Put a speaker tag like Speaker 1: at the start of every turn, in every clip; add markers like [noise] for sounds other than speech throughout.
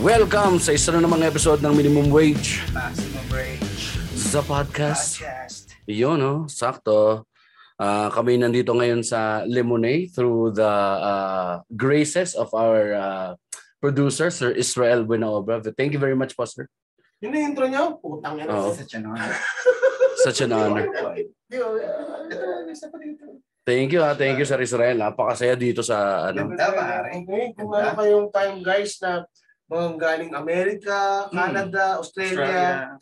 Speaker 1: Welcome sa isa na namang episode ng Minimum Wage
Speaker 2: Maximum Range
Speaker 1: sa podcast.
Speaker 2: Podcast.
Speaker 1: Yun, no? Sakto. Ah, kami nandito ngayon sa Lemonade through the ah, graces of our ah, producer, Sir Israel Buenaobra. Thank you very much po, sir.
Speaker 3: Yun na yung intro niya? Putang ina.
Speaker 1: Oo.
Speaker 2: Such an honor.
Speaker 1: [laughs] Such an honor.
Speaker 3: Di ba? Ah, isa pa dito.
Speaker 1: Thank you, ha? Thank you, Sir Israel. Napakasaya dito sa, ano,
Speaker 2: Ganda, pare.
Speaker 3: Okay, kung
Speaker 2: Ganda.
Speaker 3: ano kayong time guys na mga galing Amerika, Canada, Hmm. Australia.
Speaker 2: Australia.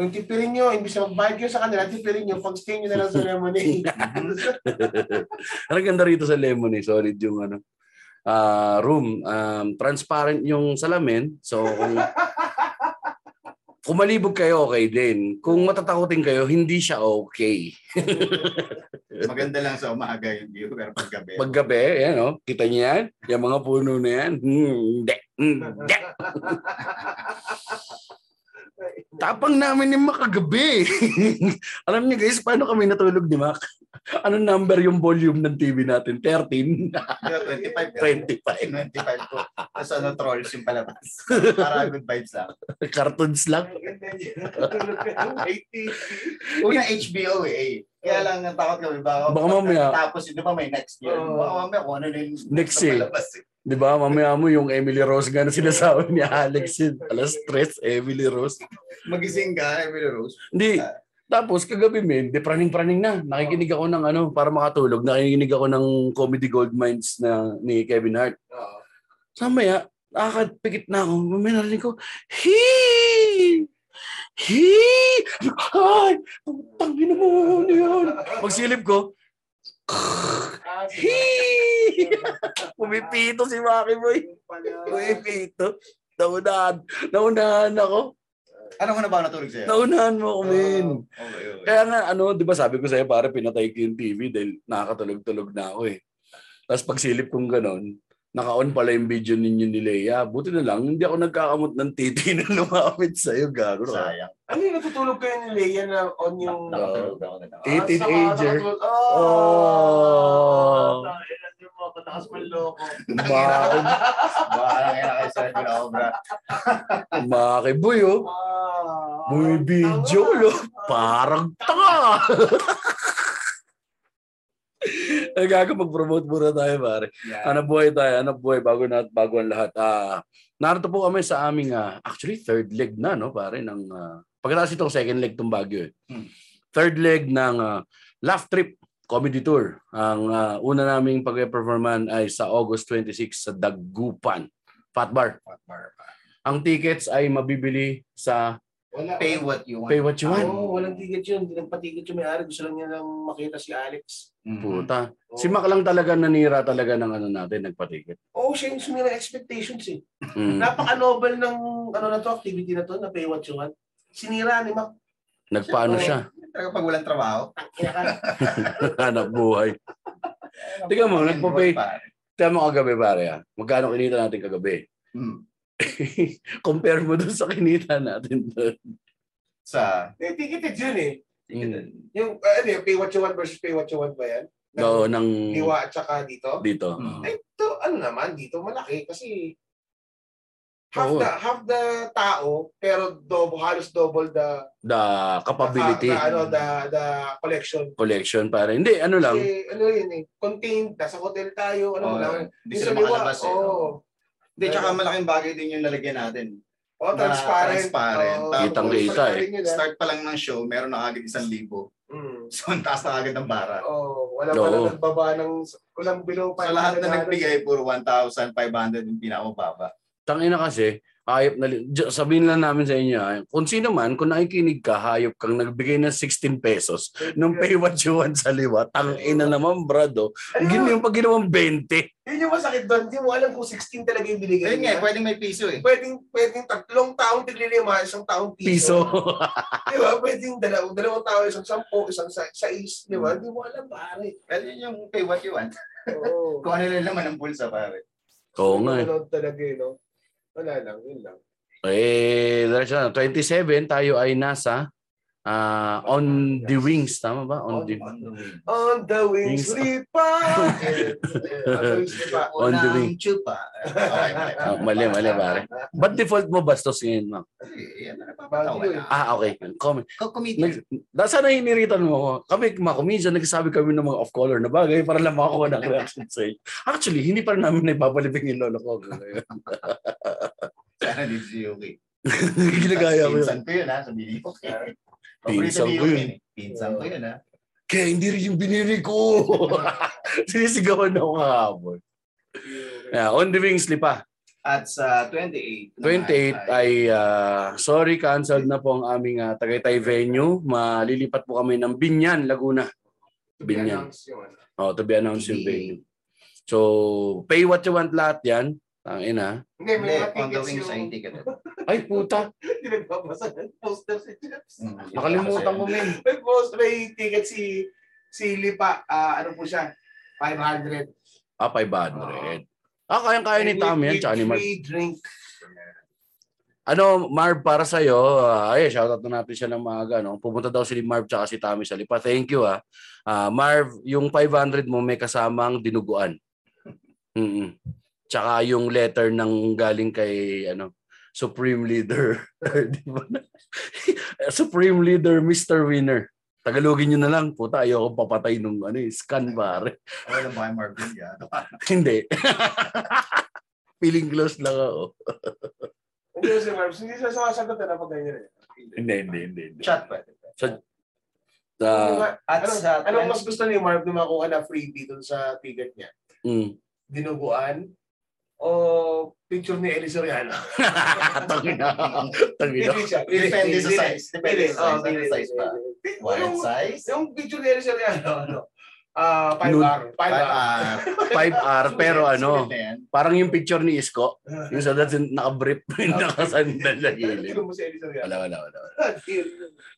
Speaker 3: Yung tipirin nyo, imbis na magbayad kayo sa kanila, tipirin nyo, pag-stay nyo na [laughs] lang sa Lemonade.
Speaker 1: Ang ganda rito sa Lemon eh. Solid yung ano. ah, room. Um, transparent yung salamin. So kung kung malibog kayo, okay din. Kung matatakotin kayo, hindi siya okay.
Speaker 2: Maganda lang sa umaga yung view, pero paggabi.
Speaker 1: Paggabi, yan oh, kita niyo yan? Yung mga puno na yan? Hmm, Hindi. Hindi. Tapang namin ni Mac kagabi. [laughs] Alam niyo guys, paano kami natulog ni Mac? Anong number yung volume ng TV natin? [laughs] 13?
Speaker 2: 25 ka.
Speaker 1: 25?
Speaker 2: 25 ko. Tapos ano, trolls yung
Speaker 1: [laughs]
Speaker 2: palabas. Para good vibes lang.
Speaker 1: Cartoons lang?
Speaker 3: Ang ganda niya. Tulog ka ng 80.
Speaker 2: Una HBO eh. Kaya lang natakot kami. Baka,
Speaker 1: Baka mamaya.
Speaker 2: Tapos yun, di ba may next year?
Speaker 3: Oo.
Speaker 2: Baka mamaya kung ano na yung
Speaker 1: Next
Speaker 2: na
Speaker 1: eh.
Speaker 2: palabas eh.
Speaker 1: Di ba? Mamaya mo yung Emily Rose nga na sinasabi ni Alex yun. Alas stress, Emily Rose.
Speaker 2: Magising ka, Emily Rose.
Speaker 1: Hindi. Tapos kagabi men, di praning-praning na. Nakikinig ako ng ano, para makatulog, nakikinig ako ng Comedy Gold Mines na ni Kevin Hart.
Speaker 3: Oo.
Speaker 1: Sa maya, nakakapikit na ako. May narinig ko, Hee! Hee! Ay! Putang ina mo ano yun. Pagsilip ko,
Speaker 3: Ah,
Speaker 1: Hee! Pumipito si Maki Boy. Pumipito. Naunahan. Naunahan ako.
Speaker 2: Ano ko na ba natulog sa'yo?
Speaker 1: Naunahan mo ako, men.
Speaker 2: Okay, okay.
Speaker 1: Kaya nga, ano, di ba sabi ko sa'yo, pare, pinatay ko yung TV dahil nakakatulog-tulog na ako eh. Tapos pagsilip kong ganon, naka-on pala yung video ninyo ni Lea. Buti na lang, hindi ako nagkakamot ng titi na lumapit sa'yo, gago ka.
Speaker 2: Sayang.
Speaker 3: Ano yung natutulog kayo ni Leia na on yung...
Speaker 2: Nakatulog ako na lang.
Speaker 1: Eh.
Speaker 3: Ah,
Speaker 1: teenager.
Speaker 3: saka nakatulog.
Speaker 1: Oh.
Speaker 3: Oh! Tangina niyo mga patakas manloko.
Speaker 1: Umaon,
Speaker 2: Baka lang kaya kay Sir Binobra.
Speaker 1: makiboy oh.
Speaker 3: Ah,
Speaker 1: May video,
Speaker 3: tama.
Speaker 1: lo. Parang tanga. [laughs] Gago, mag-promote muna tayo, pare.
Speaker 2: Yeah.
Speaker 1: Anak Ano buhay tayo, anak buhay, bago na bago ang lahat. Ah, narito po kami sa aming ah, actually third leg na no, pare ng ah, pagkatapos itong second leg tong Baguio. Eh.
Speaker 2: Hmm.
Speaker 1: Third leg ng ah, Laugh Trip Comedy Tour. Ang ah, una naming pag-performan ay sa August 26 sa Dagupan Fat Bar.
Speaker 2: What more?
Speaker 1: Ang tickets ay mabibili sa
Speaker 3: Wala.
Speaker 2: Pay what you want.
Speaker 1: Pay What You Want.
Speaker 3: Oo, walang ticket yun. Hindi nagpatigit yung may-ari. Gusto lang niya lang makita si Alex.
Speaker 2: Mhm.
Speaker 1: Puta.
Speaker 3: Oo.
Speaker 1: Si Mac lang talaga nanira talaga ng ano natin, nagpatikit.
Speaker 3: Oo, siya yung sumira ng expectations eh. [laughs]
Speaker 1: Mm.
Speaker 3: Napaka-noble ng ano na to, activity na to, na pay what you want. Sinira ni Mac.
Speaker 1: Nagpaano siya? [laughs]
Speaker 2: Talaga pag walang trabaho.
Speaker 3: Tangina ka.
Speaker 1: Hanap buhay. Tingnan mo, nagpa-pay.
Speaker 2: Pare.
Speaker 1: Tama mo kagabi pare ah. Magkano kinita natin kagabi? [laughs]
Speaker 2: Mm.
Speaker 1: compare mo dun sa kinita natin doon.
Speaker 2: Sa...
Speaker 3: Eh, ticketed yun eh.
Speaker 1: Mm.
Speaker 3: Yung, ah, ano yung pay what you want versus pay what you want ba yan?
Speaker 1: Oo, ng
Speaker 3: Diwa at saka dito.
Speaker 1: dito.
Speaker 2: Mm.
Speaker 3: Eh, to, ano naman, dito malaki kasi half
Speaker 1: Oo.
Speaker 3: the half the tao pero double halos double the
Speaker 1: The capability
Speaker 3: the, ano the the collection
Speaker 1: collection pare. Hindi, ano lang.
Speaker 3: Kasi ano yun eh, contained, nasa hotel tayo, ano
Speaker 2: Oo,
Speaker 3: lang.
Speaker 2: Oh, Hindi sila makalabas eh.
Speaker 3: Oo,
Speaker 2: Hindi, tsaka malaking bagay din yung nalagyan natin.
Speaker 3: Oo, transparent.
Speaker 2: Oh, transparent.
Speaker 3: Oo,
Speaker 1: Kitang-kita
Speaker 3: transparent
Speaker 1: eh.
Speaker 3: yun, ah.
Speaker 2: Start pa lang ng show, meron na agad isang libo. [laughs]
Speaker 3: Mm.
Speaker 2: So, ang taas na agad ng bara.
Speaker 3: Oo, wala
Speaker 1: Oo.
Speaker 3: pa na nagbaba ng, walang below
Speaker 2: So, lahat na nagbigay, puro 1,500 yung pinamababa.
Speaker 1: Tangina kasi, hayop na li- Diyo- sabihin lang namin sa inyo ah, kung sino man kung nakikinig ka hayop kang nagbigay ng 16 pesos nung pay what you want sa liwa tangina naman brado
Speaker 3: Ano yun?
Speaker 1: ginawa yung pag ginawang 20
Speaker 3: Yun yung masakit doon, hindi mo alam kung 16 talaga yung binigay
Speaker 2: Ayun nga, eh,
Speaker 3: niya.
Speaker 2: pwedeng may piso eh.
Speaker 3: Pwedeng, pwedeng tatlong taong tiglilima, isang taong
Speaker 1: piso
Speaker 3: piso. Di ba? Pwedeng dalawang, dalawang tao, isang sampo, isang sa, sais. Di
Speaker 2: Hmm.
Speaker 3: ba? Hindi mo alam, pare.
Speaker 2: Well, yun yung pay what you want.
Speaker 3: Oo.
Speaker 2: Kung ano lang naman ang bulsa, pare.
Speaker 1: [laughs] oo nga eh.
Speaker 3: Manonood talaga eh, no? Wala lang, yun lang.
Speaker 1: Eh, diretso na. 27, tayo ay nasa Ah, on the wings, tama ba? On the
Speaker 2: On the wing.
Speaker 3: On the
Speaker 1: Wings.
Speaker 3: wings, lipa!
Speaker 1: [laughs]
Speaker 3: On the wings, lipa.
Speaker 1: On the
Speaker 2: Unang
Speaker 1: wing.
Speaker 2: chupa. Okay, mali.
Speaker 1: Ah, mali, mali, pare. Ba't default mo bastos ngayon, ma'am?
Speaker 2: Eh, [laughs] Yan na napapatawa
Speaker 3: Bago
Speaker 2: na.
Speaker 3: eh.
Speaker 1: Ah, okay. Comment.
Speaker 2: Ko- Comedian.
Speaker 1: Nag, nasa na iniritan mo ako. Kami, mga comedian, nagsasabi kami ng mga off-color na bagay para lang makakuha ng reaction sa inyo. Actually, hindi pa rin namin naipapalibig yung lolo ko. hanggang ngayon.
Speaker 2: Sana di si Yuki.
Speaker 1: Ginagaya ko yun.
Speaker 2: Pinsan ko yun ha, sabihin
Speaker 1: [laughs]
Speaker 2: ko.
Speaker 1: Pinsan ko yun.
Speaker 2: Pinsan ko yun ha.
Speaker 1: Kaya hindi rin yung biniri ko. [laughs] Sinisigawan ako kahapon. Yeah, on the wings, lipa.
Speaker 2: At sa 28. naman
Speaker 1: 28 ay ah, sorry canceled na po ang aming ah, Tagaytay venue. Malilipat po kami ng Binyan, Laguna. Binyan. Oh, to be announced yung venue. So, pay what you want lahat 'yan. Ang ina.
Speaker 3: Hindi,
Speaker 2: Hindi,
Speaker 3: may mga
Speaker 2: on the
Speaker 3: tickets
Speaker 2: wings ay
Speaker 3: [laughs] yung
Speaker 2: ticket.
Speaker 1: Ay puta,
Speaker 3: hindi nagbabasa ng poster si Jeps.
Speaker 1: Hmm.
Speaker 2: Hmm.
Speaker 1: nakalimutan ko men.
Speaker 3: May post, may ticket si si Lipa, ah, ano po siya, 500.
Speaker 1: Ah, 500. Ah, kayang-kaya ni Tami yan, tsaka ni Marv.
Speaker 3: Free drink.
Speaker 1: Ano, Marv, para sa'yo, ah, ay, shoutout na natin siya ng maaga. No? Pupunta daw si Marv tsaka si Tami sa Lipa. Thank you, ah. Ah, Marv, yung 500 mo may kasamang dinuguan. [laughs] Mm Tsaka yung letter ng galing kay, ano, Supreme Leader. [laughs] Di ba na? Supreme Leader, Mr. Winner. Tagalogin nyo na lang. Puta, ayoko papatay nung ano, eh, scan pare. [laughs]
Speaker 2: Wala ba yung Marvin yan?
Speaker 1: Hindi. [laughs] Feeling close lang ako.
Speaker 3: Hindi ko si Marv, hindi siya sumasagot na pag ganyan. eh.
Speaker 1: Hindi, hindi, hindi. hindi.
Speaker 2: Chat pa.
Speaker 3: Ano
Speaker 1: Ah,
Speaker 3: ba-
Speaker 2: At
Speaker 3: anong,
Speaker 2: sa
Speaker 3: anong mas gusto ni Marv na makuha na freebie dun sa ticket niya?
Speaker 1: mm.
Speaker 3: Dinuguan? O picture ni Eli Soriano?
Speaker 1: [laughs] Tangina. Tangina.
Speaker 3: Pili siya. Pili,
Speaker 2: Depende
Speaker 3: pili,
Speaker 2: sa
Speaker 3: pili. [laughs]
Speaker 2: size. Depende
Speaker 3: Pili,
Speaker 2: sa
Speaker 3: oh,
Speaker 2: size. Ano
Speaker 3: pili,
Speaker 2: size ba?
Speaker 3: pili, pili.
Speaker 2: Wild
Speaker 3: Yung-
Speaker 2: size?
Speaker 3: Yung picture ni Eli Soriano, ano? Ah, five
Speaker 1: Nude.
Speaker 3: hour. Five
Speaker 2: Five
Speaker 3: hour.
Speaker 2: hour.
Speaker 1: 5R pero
Speaker 2: Sulit,
Speaker 1: ano,
Speaker 2: sulit na yan.
Speaker 1: parang yung picture ni Isko, yung sa dati naka-brief, [laughs] yung nakasandal na gilid.
Speaker 3: Sino mo si Eli Soriano? [laughs]
Speaker 1: Wala, wala, wala. wala.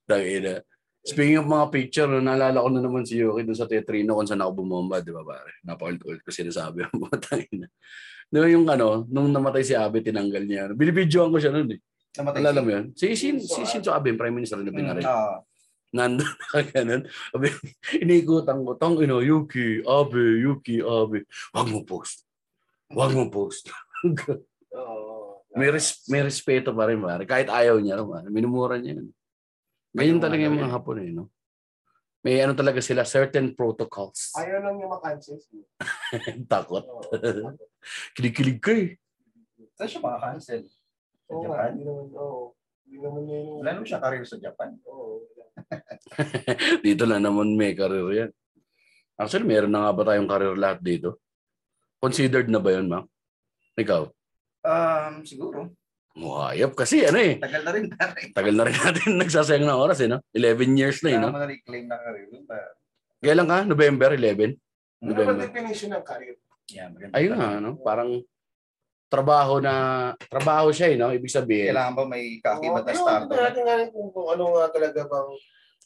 Speaker 1: Tangina. Speaking of mga picture, no, naalala ko na naman si Yuki doon sa Tetrino kung saan ako bumomba, di ba pare? Napaka-old ko sinasabi ang [laughs] mga tangina. Di ba yung ano, nung namatay si Abe, tinanggal niya. ano, Binibidyoan ko siya noon eh.
Speaker 2: Namatay
Speaker 1: Alala
Speaker 2: siya.
Speaker 1: mo yun? Si, Shin, si Shinzo Abe, yung prime minister na
Speaker 2: Mm,
Speaker 1: binaril.
Speaker 2: oo.
Speaker 1: nandun [laughs] na ganun. Sabi, Inikutan ko, tang ina, Yuki, Abe, Yuki, Abe. Huwag mo post. Huwag mo post. [laughs]
Speaker 3: Oo.
Speaker 1: may, res- may respeto pa rin, pare. Kahit ayaw niya, naman, minumura niya yun. Ganyan
Speaker 2: Minumura
Speaker 1: talaga yung mga
Speaker 2: niya.
Speaker 1: hapon eh, no? May ano talaga sila, certain protocols.
Speaker 3: Ayaw lang niya makansis.
Speaker 1: [laughs] Takot. [laughs]
Speaker 3: Oo.
Speaker 1: Kinikilig ka eh.
Speaker 2: Saan siya makakancel? Sa
Speaker 3: Oo nga,
Speaker 2: Japan?
Speaker 3: hindi naman, oo. Hindi naman yun.
Speaker 2: Wala naman siya career sa Japan.
Speaker 3: Oo.
Speaker 1: Dito lang naman may karir yan. Actually, meron na nga ba tayong karir lahat dito? Considered na ba yun, ma'am? Ikaw?
Speaker 2: Um, siguro.
Speaker 1: Muhayap kasi ano eh.
Speaker 2: Tagal na rin natin.
Speaker 1: Tagal na rin natin [laughs] nagsasayang ng oras eh, no? 11 years na eh,
Speaker 2: Kaya
Speaker 1: no?
Speaker 2: naman na-reclaim na career. yun pa.
Speaker 1: Kailan ka? November 11?
Speaker 3: Ano ba
Speaker 1: November.
Speaker 3: definition ng career?
Speaker 2: Yan, maganda.
Speaker 1: Ayun nga, no? Parang trabaho na, trabaho siya eh, no? Ibig sabihin,
Speaker 2: Kailangan ba may kakibat na
Speaker 3: Oo,
Speaker 2: star?
Speaker 3: tingnan natin nga rin kung, kung ano nga talaga bang...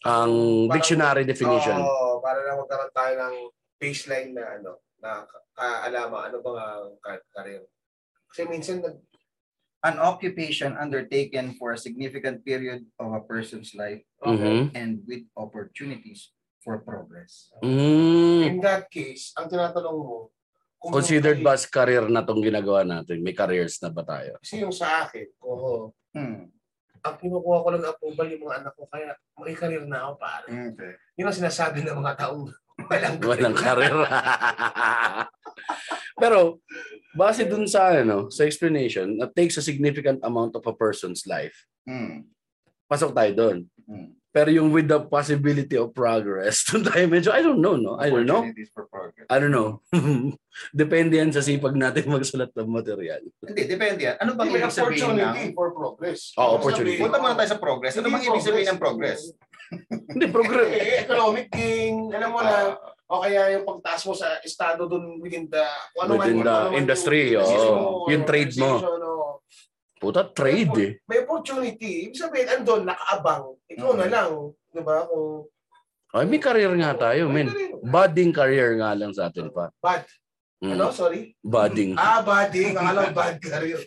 Speaker 1: ang dictionary definition.
Speaker 3: Oo, para lang magkaroon tayo ng baseline na ano, na kaalaman ano bang ang ka- career. Kasi minsan nag...
Speaker 2: An occupation undertaken for a significant period of a person's life
Speaker 1: Mhm.
Speaker 2: and with opportunities for progress.
Speaker 1: Mm.
Speaker 3: In that case, ang tinatanong mo, kung
Speaker 1: Considered
Speaker 3: yung-
Speaker 1: ba as career na tong ginagawa natin? May careers na ba
Speaker 3: [laughs]
Speaker 1: tayo?
Speaker 3: Kasi yung sa akin, oo,
Speaker 2: Hmm.
Speaker 3: ang kinukuha ko lang na approval yung mga anak ko, kaya may career na ako, pare.
Speaker 2: Okay.
Speaker 3: Yun ang sinasabi ng mga taong [laughs] walang
Speaker 1: Walang
Speaker 3: [laughs]
Speaker 1: career. [laughs] Pero, base dun sa, ano, sa explanation, that takes a significant amount of a person's life.
Speaker 2: Hmm.
Speaker 1: Pasok tayo doon.
Speaker 2: Hmm.
Speaker 1: Pero yung with the possibility of progress, [laughs] doon tayo medyo, I don't know, no? Oh, I don't know.
Speaker 2: Opportunities for progress.
Speaker 1: I don't know. [laughs] Depende yan sa sipag natin [laughs] magsulat ng material.
Speaker 2: Hindi, depende yan. Ano bang
Speaker 3: May
Speaker 2: ibig sabihin ng...
Speaker 3: opportunity for progress.
Speaker 1: Oo,
Speaker 3: Ibig
Speaker 1: opportunity.
Speaker 3: sabihin-
Speaker 2: Punta muna tayo sa progress. Ano bang ibig sabihin ng progress?
Speaker 1: Hindi, progress.
Speaker 3: [laughs] Eh, economic gain, alam mo na,
Speaker 1: Ah.
Speaker 3: o kaya yung pagtaas mo sa estado dun within the, kung ano man-
Speaker 1: Within
Speaker 3: kung ano
Speaker 1: the
Speaker 3: man
Speaker 1: industry,
Speaker 3: yung business
Speaker 2: oo.
Speaker 3: mo,
Speaker 1: Yung trade mo.
Speaker 3: organization, oo.
Speaker 1: Puta, trade eh.
Speaker 3: May opportunity. Ibig sabihin, andun, nakaabang. Ikaw na
Speaker 2: Mm.
Speaker 3: lang. Di ba? Kung,
Speaker 1: Ay, may career nga tayo, men. Budding career nga lang sa atin pa.
Speaker 3: Bad. Ano?
Speaker 1: Mm,
Speaker 3: Sorry?
Speaker 1: budding. [laughs]
Speaker 3: Ah, bading. Akala ko bad career.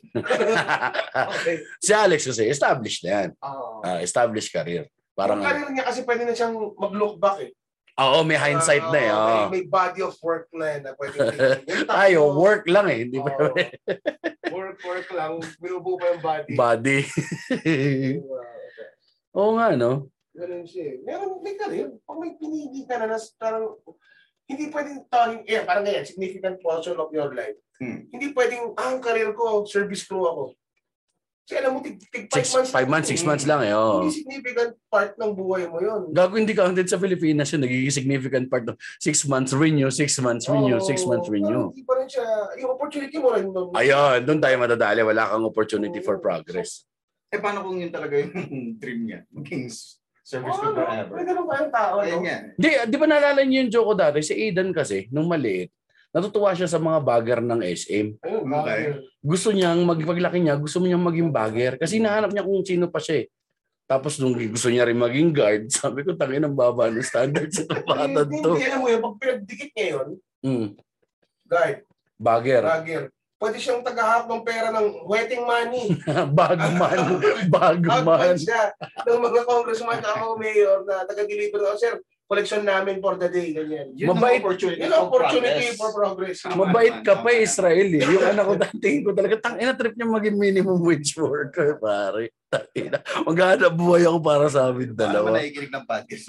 Speaker 3: okay.
Speaker 1: si Alex kasi, established na yan.
Speaker 3: Oo.
Speaker 1: Ah, established career. Ah, Parang,
Speaker 3: Ah. yung career niya kasi pwede na siyang mag-look back eh.
Speaker 1: oo, may hindsight na eh.
Speaker 3: Oo,
Speaker 1: oo.
Speaker 3: May, may body of work na eh, na
Speaker 1: [laughs]
Speaker 3: pwede tingnan. Yung
Speaker 1: Ay, oh,
Speaker 3: tatlo,
Speaker 1: work lang eh. Hindi pa
Speaker 3: oo.
Speaker 1: [laughs]
Speaker 3: work, work lang. Binubuo pa yung body.
Speaker 1: body.
Speaker 3: Yung, ah,
Speaker 1: [laughs] oo nga, no?
Speaker 3: Ganun siya. eh. Meron, may karir. Pag may pinili ka na, nas, parang, hindi pwedeng tawagin, eh, parang ganyan, significant portion of your life.
Speaker 2: Hmm.
Speaker 3: Hindi pwedeng, ah, ang karir ko, service crew ako. Kasi alam mo, tig, tig five
Speaker 1: Six,
Speaker 3: months.
Speaker 1: five months, six months lang eh. oo.
Speaker 3: Hindi significant part ng buhay mo yun.
Speaker 1: Gago hindi counted sa Pilipinas yun. Nagiging significant part ng six months renew, six months renew,
Speaker 3: Oo,
Speaker 1: six months renew.
Speaker 3: parang Hindi pa rin siya, yung opportunity mo rin. nun.
Speaker 1: Ayun, doon tayo madadali. Wala kang opportunity for progress.
Speaker 2: Eh, paano kung yun talaga yung [laughs] dream niya? Maging s- service
Speaker 3: Oo,
Speaker 2: ko
Speaker 3: no? Ah, Ano?
Speaker 2: forever.
Speaker 3: May ganun ba yung tao?
Speaker 2: Ayun
Speaker 3: no?
Speaker 2: nga.
Speaker 1: Di, di ba naalala niyo yung joke ko dati? Si Aidan kasi, nung maliit, natutuwa siya sa mga bagger ng SM.
Speaker 3: Ayun,
Speaker 2: Okay.
Speaker 3: bagay.
Speaker 1: Gusto niyang, magpaglaki niya, gusto niyang maging bagger. Kasi nahanap niya kung sino pa siya eh. Tapos nung gusto niya rin maging guard, [laughs] sabi ko, tangin ang baba ng standards ng bata
Speaker 3: Hindi,
Speaker 1: to.
Speaker 3: hindi, alam mo yun, pag pinagdikit niya yun,
Speaker 1: Mm,
Speaker 3: guard,
Speaker 1: bagger. [laughs]
Speaker 3: bagger, pwede siyang tagahap ng pera ng wedding money.
Speaker 1: Bagman. Bagman.
Speaker 3: Outpatch siya ng mga congressman ako mayor na taga-deliver ako, sir, collection namin for the day, ganyan.
Speaker 2: Yun ang
Speaker 1: Mabait.
Speaker 2: opportunity
Speaker 3: Yun
Speaker 2: for
Speaker 3: ang opportunity
Speaker 2: progress.
Speaker 3: for progress.
Speaker 2: Tama.
Speaker 1: Mabait ka pa
Speaker 2: Tama.
Speaker 1: Israel eh. Yung anak ko [laughs] dating ko talaga, tang ina trip niya maging minimum wage worker, pare. Tangina. Maghanap buhay ako para sa amin
Speaker 2: Paano ba
Speaker 1: dalawa.
Speaker 2: nakikinig ng
Speaker 1: [laughs]
Speaker 2: podcast?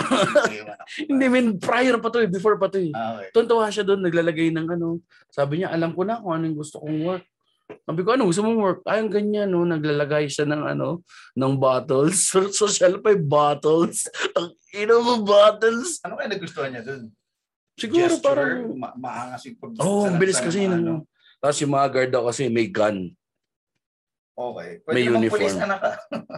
Speaker 1: Hindi, min, prior pa to eh, before pa to eh.
Speaker 2: Ah, okay.
Speaker 1: Tuntawa siya doon, naglalagay ng ano. Sabi niya, alam ko na kung anong gusto kong work. Sabi ko, ano gusto mong work? Ay, ang ganyan, no? Naglalagay siya ng ano, ng bottles. [laughs] So- Social pa yung bottles. Ang ina mo, bottles.
Speaker 2: Ano kaya nagustuhan niya doon?
Speaker 1: Siguro
Speaker 2: Gesture,
Speaker 1: parang,
Speaker 2: ma- maangas yung pag-
Speaker 1: Oo, oh, ang bilis kasi
Speaker 2: ng
Speaker 1: yun. Ano. Tapos yung mga guard daw kasi may gun.
Speaker 2: Okay. Pwede
Speaker 1: May
Speaker 2: may uniform.
Speaker 1: uniform.
Speaker 2: Police anak ka.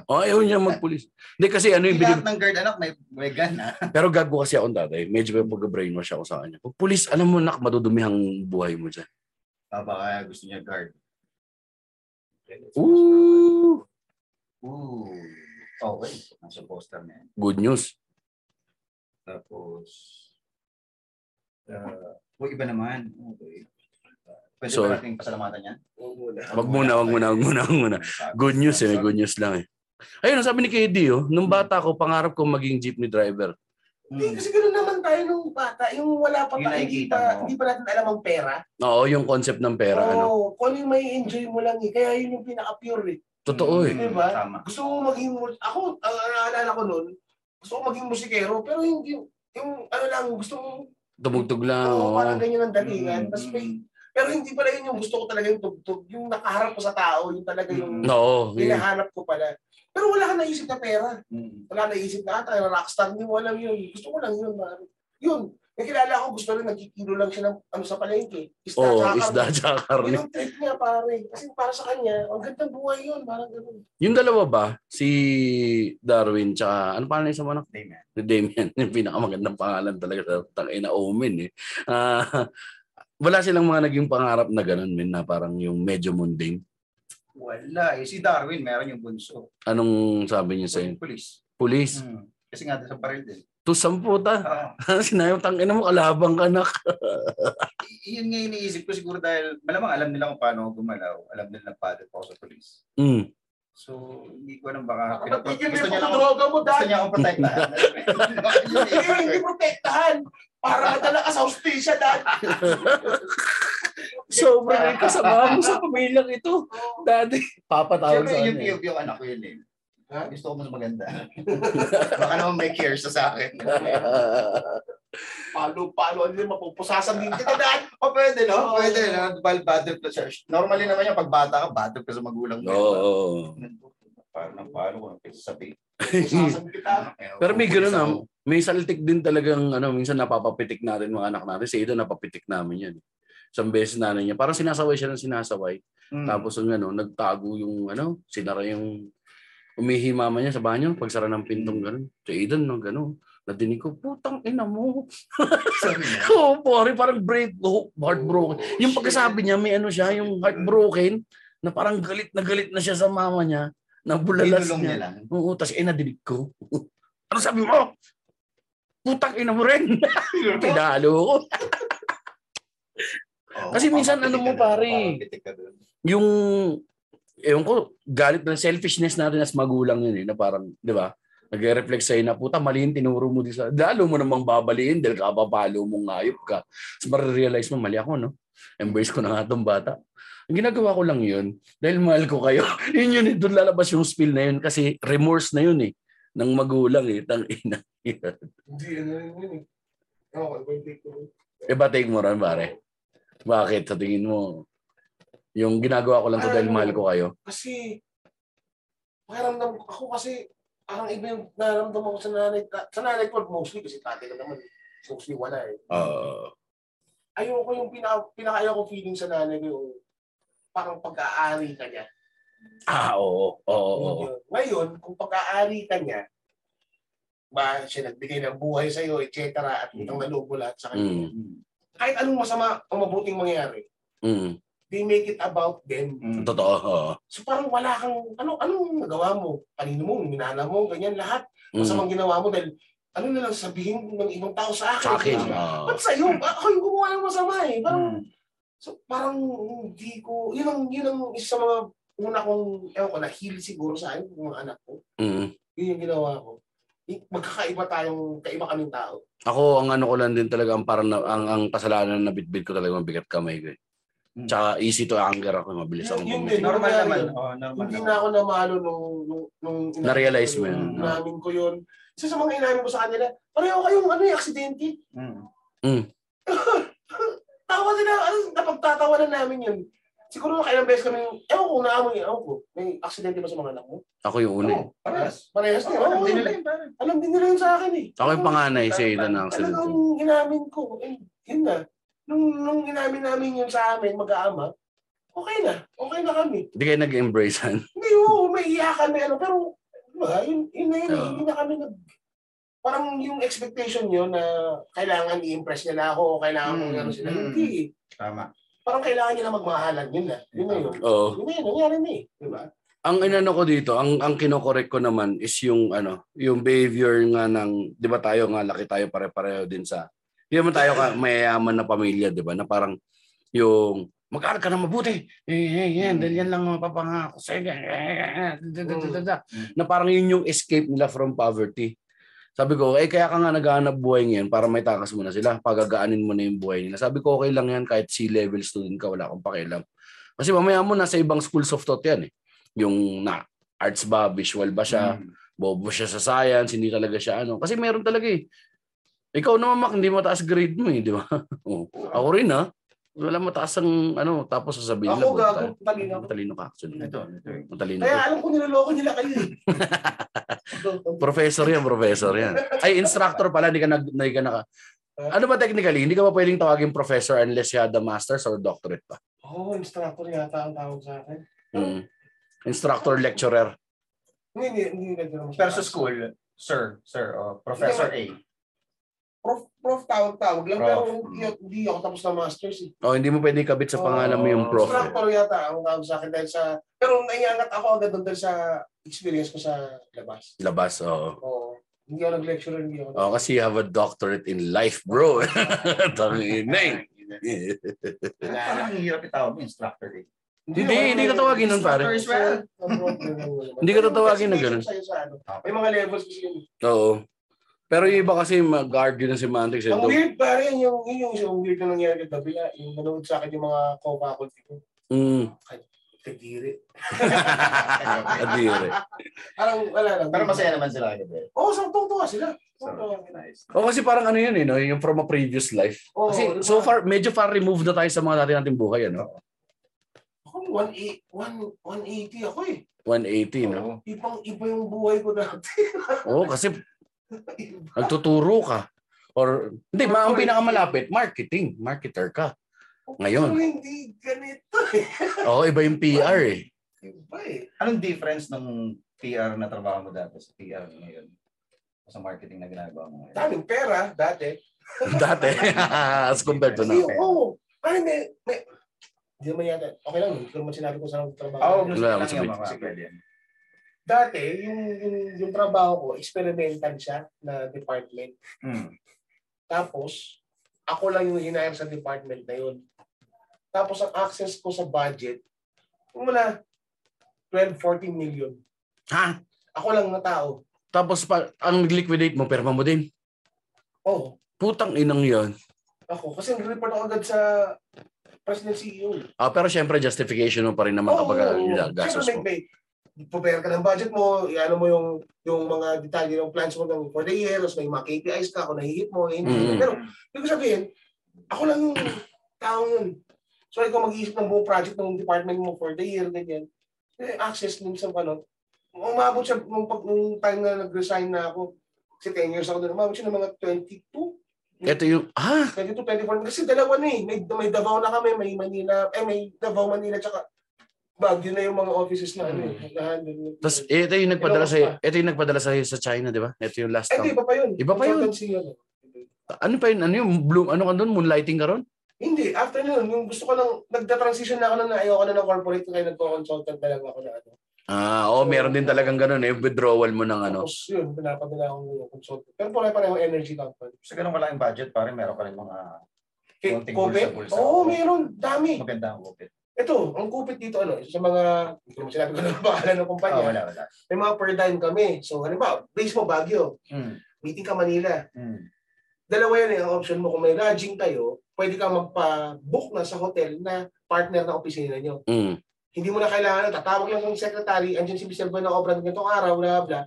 Speaker 1: O, oh, ayaw niya magpulis. Hindi kasi ano yung
Speaker 2: Hindi
Speaker 1: binib...
Speaker 2: lahat ng guard anak may, may gun ah.
Speaker 1: Pero gago kasi ako dati. Medyo may pag-brainwash ako sa kanya. Pag pulis, alam mo nak, madudumihang buhay mo dyan.
Speaker 2: Ah, baka kaya gusto niya guard.
Speaker 1: Ooh!
Speaker 2: Ooh. Okay. Nasa poster na yan.
Speaker 1: Good news.
Speaker 2: Tapos, uh, uy, iba naman. Okay. Ah, Pwede
Speaker 1: So-
Speaker 2: ba nating pasalamatan yan?
Speaker 3: Huwag muna.
Speaker 1: Wag muna, wag muna, wag muna, wag muna. Good news eh, may good news lang eh. Ayun, ang sabi ni KD, oh, nung bata ko, pangarap ko maging jeepney driver.
Speaker 3: Hindi,
Speaker 2: Hmm.
Speaker 3: kasi gano'n naman tayo nung bata. Yung wala pa
Speaker 2: Yung
Speaker 3: tayo, hindi
Speaker 2: nakikita
Speaker 3: pa,
Speaker 2: mo.
Speaker 3: hindi pa natin alam ang pera.
Speaker 1: Oo, yung concept ng pera, ano.
Speaker 3: Oo, kung ano yung may enjoy mo lang eh. Kaya yun yung pinaka-pure eh.
Speaker 1: Totoo eh.
Speaker 2: Hmm,
Speaker 3: Diba?
Speaker 2: Tama.
Speaker 3: Gusto mo maging, mus- ako, ang naalala ko noon, gusto ko maging musikero, pero yung, yung, yung ano lang, gusto mo,
Speaker 1: Tumugtog lang,
Speaker 3: oo,
Speaker 1: oo.
Speaker 3: parang ganyan ang dalingan.
Speaker 2: Hmm,
Speaker 3: Tapos may,
Speaker 2: hmm.
Speaker 3: pero hindi pala yun yung gusto ko talaga yung tugtog. Yung nakaharap ko sa tao, yung talaga yung
Speaker 1: Oo, eh.
Speaker 3: hinahanap ko pala. Pero wala ka naisip na pera.
Speaker 2: Hmm.
Speaker 3: Wala naisip na ata, rockstar, hindi mo alam yun. Gusto ko lang yun. Man. Yun, may kilala ko, gusto rin, nagkikilo lang siya ng ano sa palengke. Isda,
Speaker 1: Oo,
Speaker 3: tsaka
Speaker 1: isda,
Speaker 3: karne.
Speaker 1: tsaka
Speaker 3: Yun
Speaker 1: karne.
Speaker 3: ang trip niya, pare. Kasi para sa kanya, ang gandang buhay yun. Parang ganun.
Speaker 1: Yung dalawa ba, si Darwin, tsaka, ano pangalan sa mga
Speaker 2: Amen.
Speaker 1: ni Damien. [laughs] Yung pinakamagandang pangalan talaga sa tangina Omen eh. Ah, wala silang mga naging pangarap na ganun min na parang yung medyo mundane.
Speaker 2: Wala eh. Si Darwin, meron yung bunso.
Speaker 1: Anong sabi niya sa'yo?
Speaker 2: Yung police.
Speaker 1: Police.
Speaker 2: Hmm. Kasi nga sa baril din.
Speaker 1: To [laughs] samputa.
Speaker 2: Oo.
Speaker 1: Sinayang tangina mo, kalabang anak.
Speaker 2: I- yun nga iniisip ko siguro dahil malamang alam nila kung paano ako gumalaw. Alam nila na paddle ako sa police.
Speaker 1: Mm.
Speaker 2: So, hindi ko alam baka
Speaker 3: Patigil
Speaker 2: Ah,
Speaker 3: mo
Speaker 2: gusto
Speaker 3: yung
Speaker 2: niya lang
Speaker 3: droga mo,
Speaker 2: gusto
Speaker 3: dahil
Speaker 2: niya akong
Speaker 3: [laughs]
Speaker 2: protektahan. eh.
Speaker 3: Hindi mo hindi protektahan. Para madala ka sa hostisya, dad.
Speaker 1: Sobrang kasama mo sa pamilyang ito. Dati, papatawag sa
Speaker 2: Siyempre, yung
Speaker 1: kanya.
Speaker 2: POV yung anak ko yun eh.
Speaker 3: Ha?
Speaker 2: Gusto ko mas
Speaker 1: [laughs]
Speaker 2: maganda. Baka naman may care siya sa akin.
Speaker 3: Palo-palo, hindi mapupusasan din kita, dad.
Speaker 2: o Oh, pwede, no? Pwede, no? Bal battle ka siya. Normally naman yung pag bata ka, battle ka sa magulang mo.
Speaker 1: [laughs] Oo.
Speaker 2: Parang nang palo ko, nang
Speaker 1: [laughs]
Speaker 2: sabihin.
Speaker 3: Pupusasan kita.
Speaker 2: Eh,
Speaker 1: Pero may ganun ah. May saltik din talagang ano, minsan napapapitik natin mga anak natin. Si Ida napapitik namin yan. Isang beses nanay niya. Parang sinasaway siya ng sinasaway.
Speaker 2: Hmm.
Speaker 1: Tapos yung ano, nagtago yung ano, sinara yung umihi mama niya sa banyo, pagsara ng pintong ganun. Si Aidan no, ganun. Nadinig ko, putang ina mo.
Speaker 2: [laughs]
Speaker 1: [laughs]
Speaker 2: Sabi niya.
Speaker 1: Oh, pare, parang break, oh, heartbroken. yung pagkasabi niya, may ano siya, yung heartbroken, na parang galit na galit na siya sa mama niya, na bulalas
Speaker 2: Tinulong niya
Speaker 1: niya.
Speaker 2: lang.
Speaker 1: Oo, tapos eh, nadinig ko. [laughs] ano sabi mo? Putang ina mo rin. [laughs] Pinalo ko.
Speaker 2: Oo,
Speaker 1: Kasi minsan, ano mo,
Speaker 2: mapapitik ka doon,
Speaker 1: pare?
Speaker 2: mapapitik ka doon.
Speaker 1: yung ewan ko, galit na selfishness natin as magulang yun eh, na parang, di ba? Nagre-reflect sa'yo na, puta, mali yung tinuro mo. Di sa... Lalo mo namang babaliin dahil kapapalo mong hayop ka. Tapos marirealize mo, mali ako, no? Embrace ko na nga tong bata. Ang ginagawa ko lang yun, dahil mahal ko kayo. [laughs] yun yun, eh, doon lalabas yung spill na yun kasi remorse na yun eh. Ng magulang eh, tang ina. [laughs]
Speaker 3: Hindi, ano yun yun eh. Ako, iba yung take ko.
Speaker 1: e ba take mo rin, pare? Bakit sa tingin mo? Yung ginagawa ko lang to dahil mahal ko kayo.
Speaker 3: Kasi, pakiramdam ko, ako kasi, parang iba yung naramdaman ko sa nanay, ta- sa nanay ko mostly kasi tatay ko naman, mostly wala eh.
Speaker 1: Oo.
Speaker 3: Ayoko yung pinaka, pinaka ayoko feeling sa nanay ko yung parang pag-aari ka niya.
Speaker 1: ah, oo. Oo, oo.
Speaker 3: Yun yun. Ngayon, kung pag-aari ka niya, ba siya nagbigay ng buhay sa iyo, etc. at
Speaker 2: Mm.
Speaker 3: itang nalubo lahat sa kanya.
Speaker 1: Mm.
Speaker 3: Kahit anong masama o mabuting mangyari,
Speaker 1: Mm.
Speaker 3: they make it about them.
Speaker 2: Mm.
Speaker 1: Totoo. oo.
Speaker 3: So parang wala kang, ano, anong nagawa mo? Kanino mo, minana mo, ganyan, lahat.
Speaker 1: Mm.
Speaker 3: masamang ginawa mo dahil ano na lang sabihin ng ibang tao sa akin.
Speaker 1: Sa akin.
Speaker 3: Diba?
Speaker 1: oo.
Speaker 3: Ba't sa'yo? Ba- Ako yung gumawa ng masama eh. Parang,
Speaker 2: Mm.
Speaker 3: so, parang hindi ko, yun ang, yun ang isa sa mga una kong, ewan ko, na-heal siguro sa akin, yung mga anak ko.
Speaker 1: Mm.
Speaker 3: Yun yung ginawa ko. I- Magkakaiba tayong, kaiba kaming tao.
Speaker 1: Ako, ang ano ko lang din talaga, ang parang na- ang, ang kasalanan na bitbit ko talaga mabigat kamay ko. eh.
Speaker 2: Mm.
Speaker 1: Tsaka easy to anger ako, eh. mabilis
Speaker 3: Yun-
Speaker 1: akong
Speaker 3: yun
Speaker 1: bumiti.
Speaker 3: din.
Speaker 2: Normal naman. Oh, normal
Speaker 3: Hindi
Speaker 2: naman.
Speaker 3: na ako namalo nung, nung, nung
Speaker 1: Na-realize mo
Speaker 2: yun, no?
Speaker 3: Namin ko yun. Isa sa mga inamin ko sa kanila, pareho kayong ano, eh, aksidente.
Speaker 2: Mm.
Speaker 3: Tawa sila, ano, napagtatawanan namin yun. Siguro na kailang beses kami, ewan ko, naamoy, ewan ko, may aksidente ba sa mga anak mo?
Speaker 1: Ako yung una. eh.
Speaker 3: Oo, parehas. Parehas din.
Speaker 2: Oh, alam
Speaker 3: Oo,
Speaker 2: din nila
Speaker 3: alam-
Speaker 2: yun, pare.
Speaker 3: Alam din nila yun sa akin eh.
Speaker 1: Ako yung panganay sa ito ng accident.
Speaker 3: Talagang inamin ko, eh, yun na. Nung, nung inamin namin yun sa amin, mag-aama, okay na. Okay na kami.
Speaker 1: Hindi kayo nag-embracean.
Speaker 3: Hindi, oo, may iya kami, ano, pero, diba, yun, yun na yun, eh,
Speaker 1: Oo.
Speaker 3: hindi na kami nag, parang yung expectation yun na kailangan i-impress niya na ako o kailangan ko
Speaker 2: Mm,
Speaker 3: ano sila.
Speaker 2: mm.
Speaker 3: Hindi eh.
Speaker 2: Tama.
Speaker 3: Parang kailangan niya na magmahalan. Yun na. Yun na yun.
Speaker 1: [laughs] Oo.
Speaker 3: Yun na yun. Nangyari na eh. Di ba?
Speaker 1: ang inano ko dito, ang ang kinokorek ko naman is yung ano, yung behavior nga ng, 'di ba tayo nga laki tayo pare-pareho din sa. Hindi naman tayo ka, mayayaman na pamilya, 'di ba? Na parang yung mag-aral ka na mabuti. Eh, eh, yan, dahil yan lang ang mapapangako sa iyo. Eh, eh, eh, da, da, da, da, da.
Speaker 2: Mm.
Speaker 1: Na parang yun yung escape nila from poverty. Sabi ko, eh kaya ka nga naghahanap buhay ngayon para may takas mo na sila, pagagaanin mo na yung buhay nila. Sabi ko, okay lang yan kahit C-level student ka, wala akong pakialam. Kasi mamaya mo, nasa ibang schools of thought yan eh. Yung na arts ba, visual ba siya,
Speaker 2: Mm.
Speaker 1: bobo siya sa science, hindi talaga siya ano. Kasi meron talaga eh. Ikaw naman, Mac, hindi mataas grade mo eh, di ba? [laughs] Oo. Ako rin ha. Wala mataas ang ano, tapos sasabihin lang,
Speaker 3: Ako gago. Talino ako.
Speaker 1: Matalino ka actually.
Speaker 2: Ito, ito. eh.
Speaker 1: Matalino
Speaker 3: Kaya
Speaker 1: ka.
Speaker 3: alam ko niloloko nila kayo
Speaker 1: [laughs]
Speaker 3: eh. Ito,
Speaker 1: Professor yan, professor yan. Ay, instructor pala, hindi ka, nag, hindi ka naka...
Speaker 3: Ah.
Speaker 1: Ano ba technically, hindi ka pa pwedeng tawagin professor unless you had a master's or doctorate pa.
Speaker 3: Oo, oh, instructor yata ang tawag sa akin.
Speaker 1: Mm. Instructor, lecturer.
Speaker 3: Hindi, hindi, hindi nagkaroon.
Speaker 2: Pero sa school, sir, sir, oh, Professor A.
Speaker 3: prof, prof tawag-tawag lang,
Speaker 2: Prof.
Speaker 3: pero hindi, hindi ako tapos na masters eh.
Speaker 1: O, Oh, hindi mo pwedeng kabit sa pangalan mo
Speaker 3: Oh.
Speaker 1: yung prof. eh.
Speaker 3: Instructor yata ang tawag sa akin dahil sa, pero naiangat ako agad doon dahil sa experience ko sa labas.
Speaker 1: Labas, oo.
Speaker 3: Oo. Hindi ako nag-lecture, hindi ako.
Speaker 1: Oh, kasi you have a doctorate in life, bro. [laughs] Tangina. eh.
Speaker 2: Parang ang hirap itawag mo, instructor [laughs] A.
Speaker 1: Hindi, hindi ka tawagin nun, pare.
Speaker 2: Instructor as [laughs] well.
Speaker 1: Hindi ka tatawagin na ganun.
Speaker 3: May mga levels kasi yun.
Speaker 1: [laughs] Oo. Pero yung iba kasi mag-argue ng semantics. Eh.
Speaker 3: Ang weird pare, yun yung, yun yung isang weird na nangyari kagabi. ah. Yung nanood sa akin yung mga co-faculty ko.
Speaker 1: Mm.
Speaker 3: Kadiri.
Speaker 1: Adire. [laughs]
Speaker 3: Parang wala lang.
Speaker 2: Pero masaya naman sila kagabi.
Speaker 3: Oo, oh, saktong tuwa sila.
Speaker 2: So,
Speaker 3: Saktong tuwa.
Speaker 2: nice.
Speaker 1: O kasi parang ano yun eh, no? yung from a previous life.
Speaker 3: Oo,
Speaker 1: Kasi
Speaker 3: diba?
Speaker 1: so far, medyo far removed na tayo sa mga dati nating buhay. Ano?
Speaker 3: Ako, 180 one- 180 ako eh.
Speaker 1: 180, no?
Speaker 2: Oo.
Speaker 3: Ibang iba yung buhay ko dati. [laughs]
Speaker 1: Oo, kasi nagtuturo ka. Or, hindi, ma, ang pinakamalapit, marketing. Marketer ka. Ngayon.
Speaker 3: Pero hindi ganito eh.
Speaker 1: Oo, iba yung PR eh.
Speaker 3: Iba eh.
Speaker 2: Anong difference ng PR na trabaho mo dati sa PR ngayon? Sa marketing na ginagawa mo ngayon?
Speaker 3: Daming pera dati.
Speaker 1: Dati, [laughs] as compared to
Speaker 2: Ano
Speaker 3: Kasi
Speaker 1: now.
Speaker 2: na?
Speaker 3: oo. Ay, may, may, hindi naman yata. Okay lang, hindi ko naman sinabi ko saan ang trabaho.
Speaker 2: Oo,
Speaker 1: gusto
Speaker 2: gusto
Speaker 1: Wala
Speaker 2: lang
Speaker 1: akong
Speaker 2: yung
Speaker 1: sabihin.
Speaker 2: mga
Speaker 3: Sige.
Speaker 2: pwede yan.
Speaker 3: Dati, yung, yung, yung trabaho ko, experimental siya na department.
Speaker 2: Mm.
Speaker 3: Tapos, ako lang yung hinayang sa department na yun. Tapos, ang access ko sa budget, yung mga 12-14 million.
Speaker 1: Ha?
Speaker 3: Ako lang na tao.
Speaker 1: Tapos pa, ang liquidate mo, perma mo din.
Speaker 3: Oh,
Speaker 1: Putang inang yon.
Speaker 3: ako. Kasi nag-report ako agad sa E presidency yun.
Speaker 1: Ah, pero syempre justification mo pa rin naman kapag
Speaker 3: Oo,
Speaker 1: oh, gastos
Speaker 3: syempre,
Speaker 1: mo.
Speaker 3: may- may- prepare ka ng budget mo, iano mo yung yung mga detalye ng plans mo ng for the year, tapos may mga KPIs ka, kung nahihit mo, hindi.
Speaker 1: Mm.
Speaker 3: Pero, ibig sabihin, ako lang yung taong yun. So, ikaw mag-iisip ng buong project ng department mo for the year, ganyan. Eh, access nun sa ano. Umabot siya, nung, pag, nung time na nag-resign na ako, kasi 10 years ako doon, umabot siya ng mga 22,
Speaker 1: Ito yung, ah,
Speaker 3: 22, 24. Kasi dalawa na eh. May, may Davao na kami, may Manila, eh may Davao, Manila, tsaka Baguio na yung mga offices na ano
Speaker 1: Mm.
Speaker 3: eh. na-handle.
Speaker 1: Tapos eh, ito yung nagpadala
Speaker 3: Ilocos
Speaker 1: sa ito yung nagpadala sa sa China, di ba? Ito yung last
Speaker 3: Ay, Eh, di,
Speaker 1: time.
Speaker 3: iba pa yun.
Speaker 1: Iba pa yun.
Speaker 3: Consultancy yun.
Speaker 1: Ano pa yun? Ano yung blue ano ka doon? Moonlighting ka ron?
Speaker 3: Hindi, after nun, yung gusto ko lang, nagda-transition na ako na ayoko na ng corporate, kaya nagko-consultant na lang ako na ano.
Speaker 1: Ah, oh, meron din talagang ganun eh, withdrawal mo ng ano.
Speaker 3: Tapos yun, pinapadala akong yung consultant. Pero pare-pareho energy company.
Speaker 2: Sa ganun kalaking budget, pare, meron ka rin mga
Speaker 3: Kay
Speaker 2: Konting
Speaker 3: Kupit?
Speaker 2: bulsa-bulsa.
Speaker 3: Oo, meron. Dami.
Speaker 2: magandang kupit.
Speaker 3: Ito, ang Kupit dito, ano, isa sa mga, hindi naman sinabi ko ng [laughs] pangalan ng
Speaker 2: Ah,
Speaker 3: kumpanya.
Speaker 2: wala, wala.
Speaker 3: May mga per dime kami. So, ano ba, base mo Baguio,
Speaker 2: Mm.
Speaker 3: meeting ka Manila.
Speaker 2: Mm.
Speaker 3: Dalawa yan eh, ang option mo. Kung may lodging kayo, pwede kang magpa-book na sa hotel na partner ng opisina nyo.
Speaker 1: Mm.
Speaker 3: hindi mo na kailangan, tatawag lang ng secretary, andyan si Mr. Buwan na obra ng itong araw, bla bla,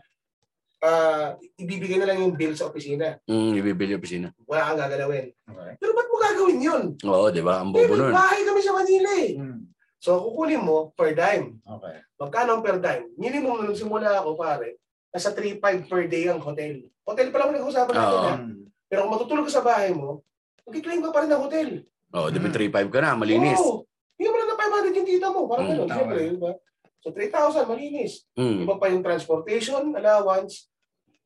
Speaker 3: Ah, ibibigay na lang yung bill sa opisina.
Speaker 1: Mm, ibibili yung opisina.
Speaker 3: Wala kang gagalawin.
Speaker 2: Okay.
Speaker 3: Pero ba't mo gagawin yun?
Speaker 1: Oo, di ba? Ang
Speaker 3: Eh,
Speaker 1: bobo
Speaker 3: may
Speaker 1: nun.
Speaker 3: bahay kami sa Manila eh.
Speaker 2: Mm.
Speaker 3: So, kukunin mo per dime.
Speaker 2: Okay.
Speaker 3: Magkano ang per dime? Minimum nung simula ako, pare, nasa 3.5 per day ang hotel. Hotel pa lang ang nag-uusapan natin,
Speaker 1: Oo.
Speaker 2: Oh,
Speaker 3: ha? Pero kung matutulog ka sa bahay mo, magkiklaim ka pa rin ng hotel.
Speaker 1: Oo, di ba 3-5 ka na, malinis.
Speaker 3: Mm. Oo. Hindi mo lang na 500 yung tita mo. Parang
Speaker 1: Mm,
Speaker 3: ganun,
Speaker 2: tama.
Speaker 3: siyempre, di ba? So, 3,000, malinis.
Speaker 1: Mm.
Speaker 3: Iba pa yung transportation, allowance,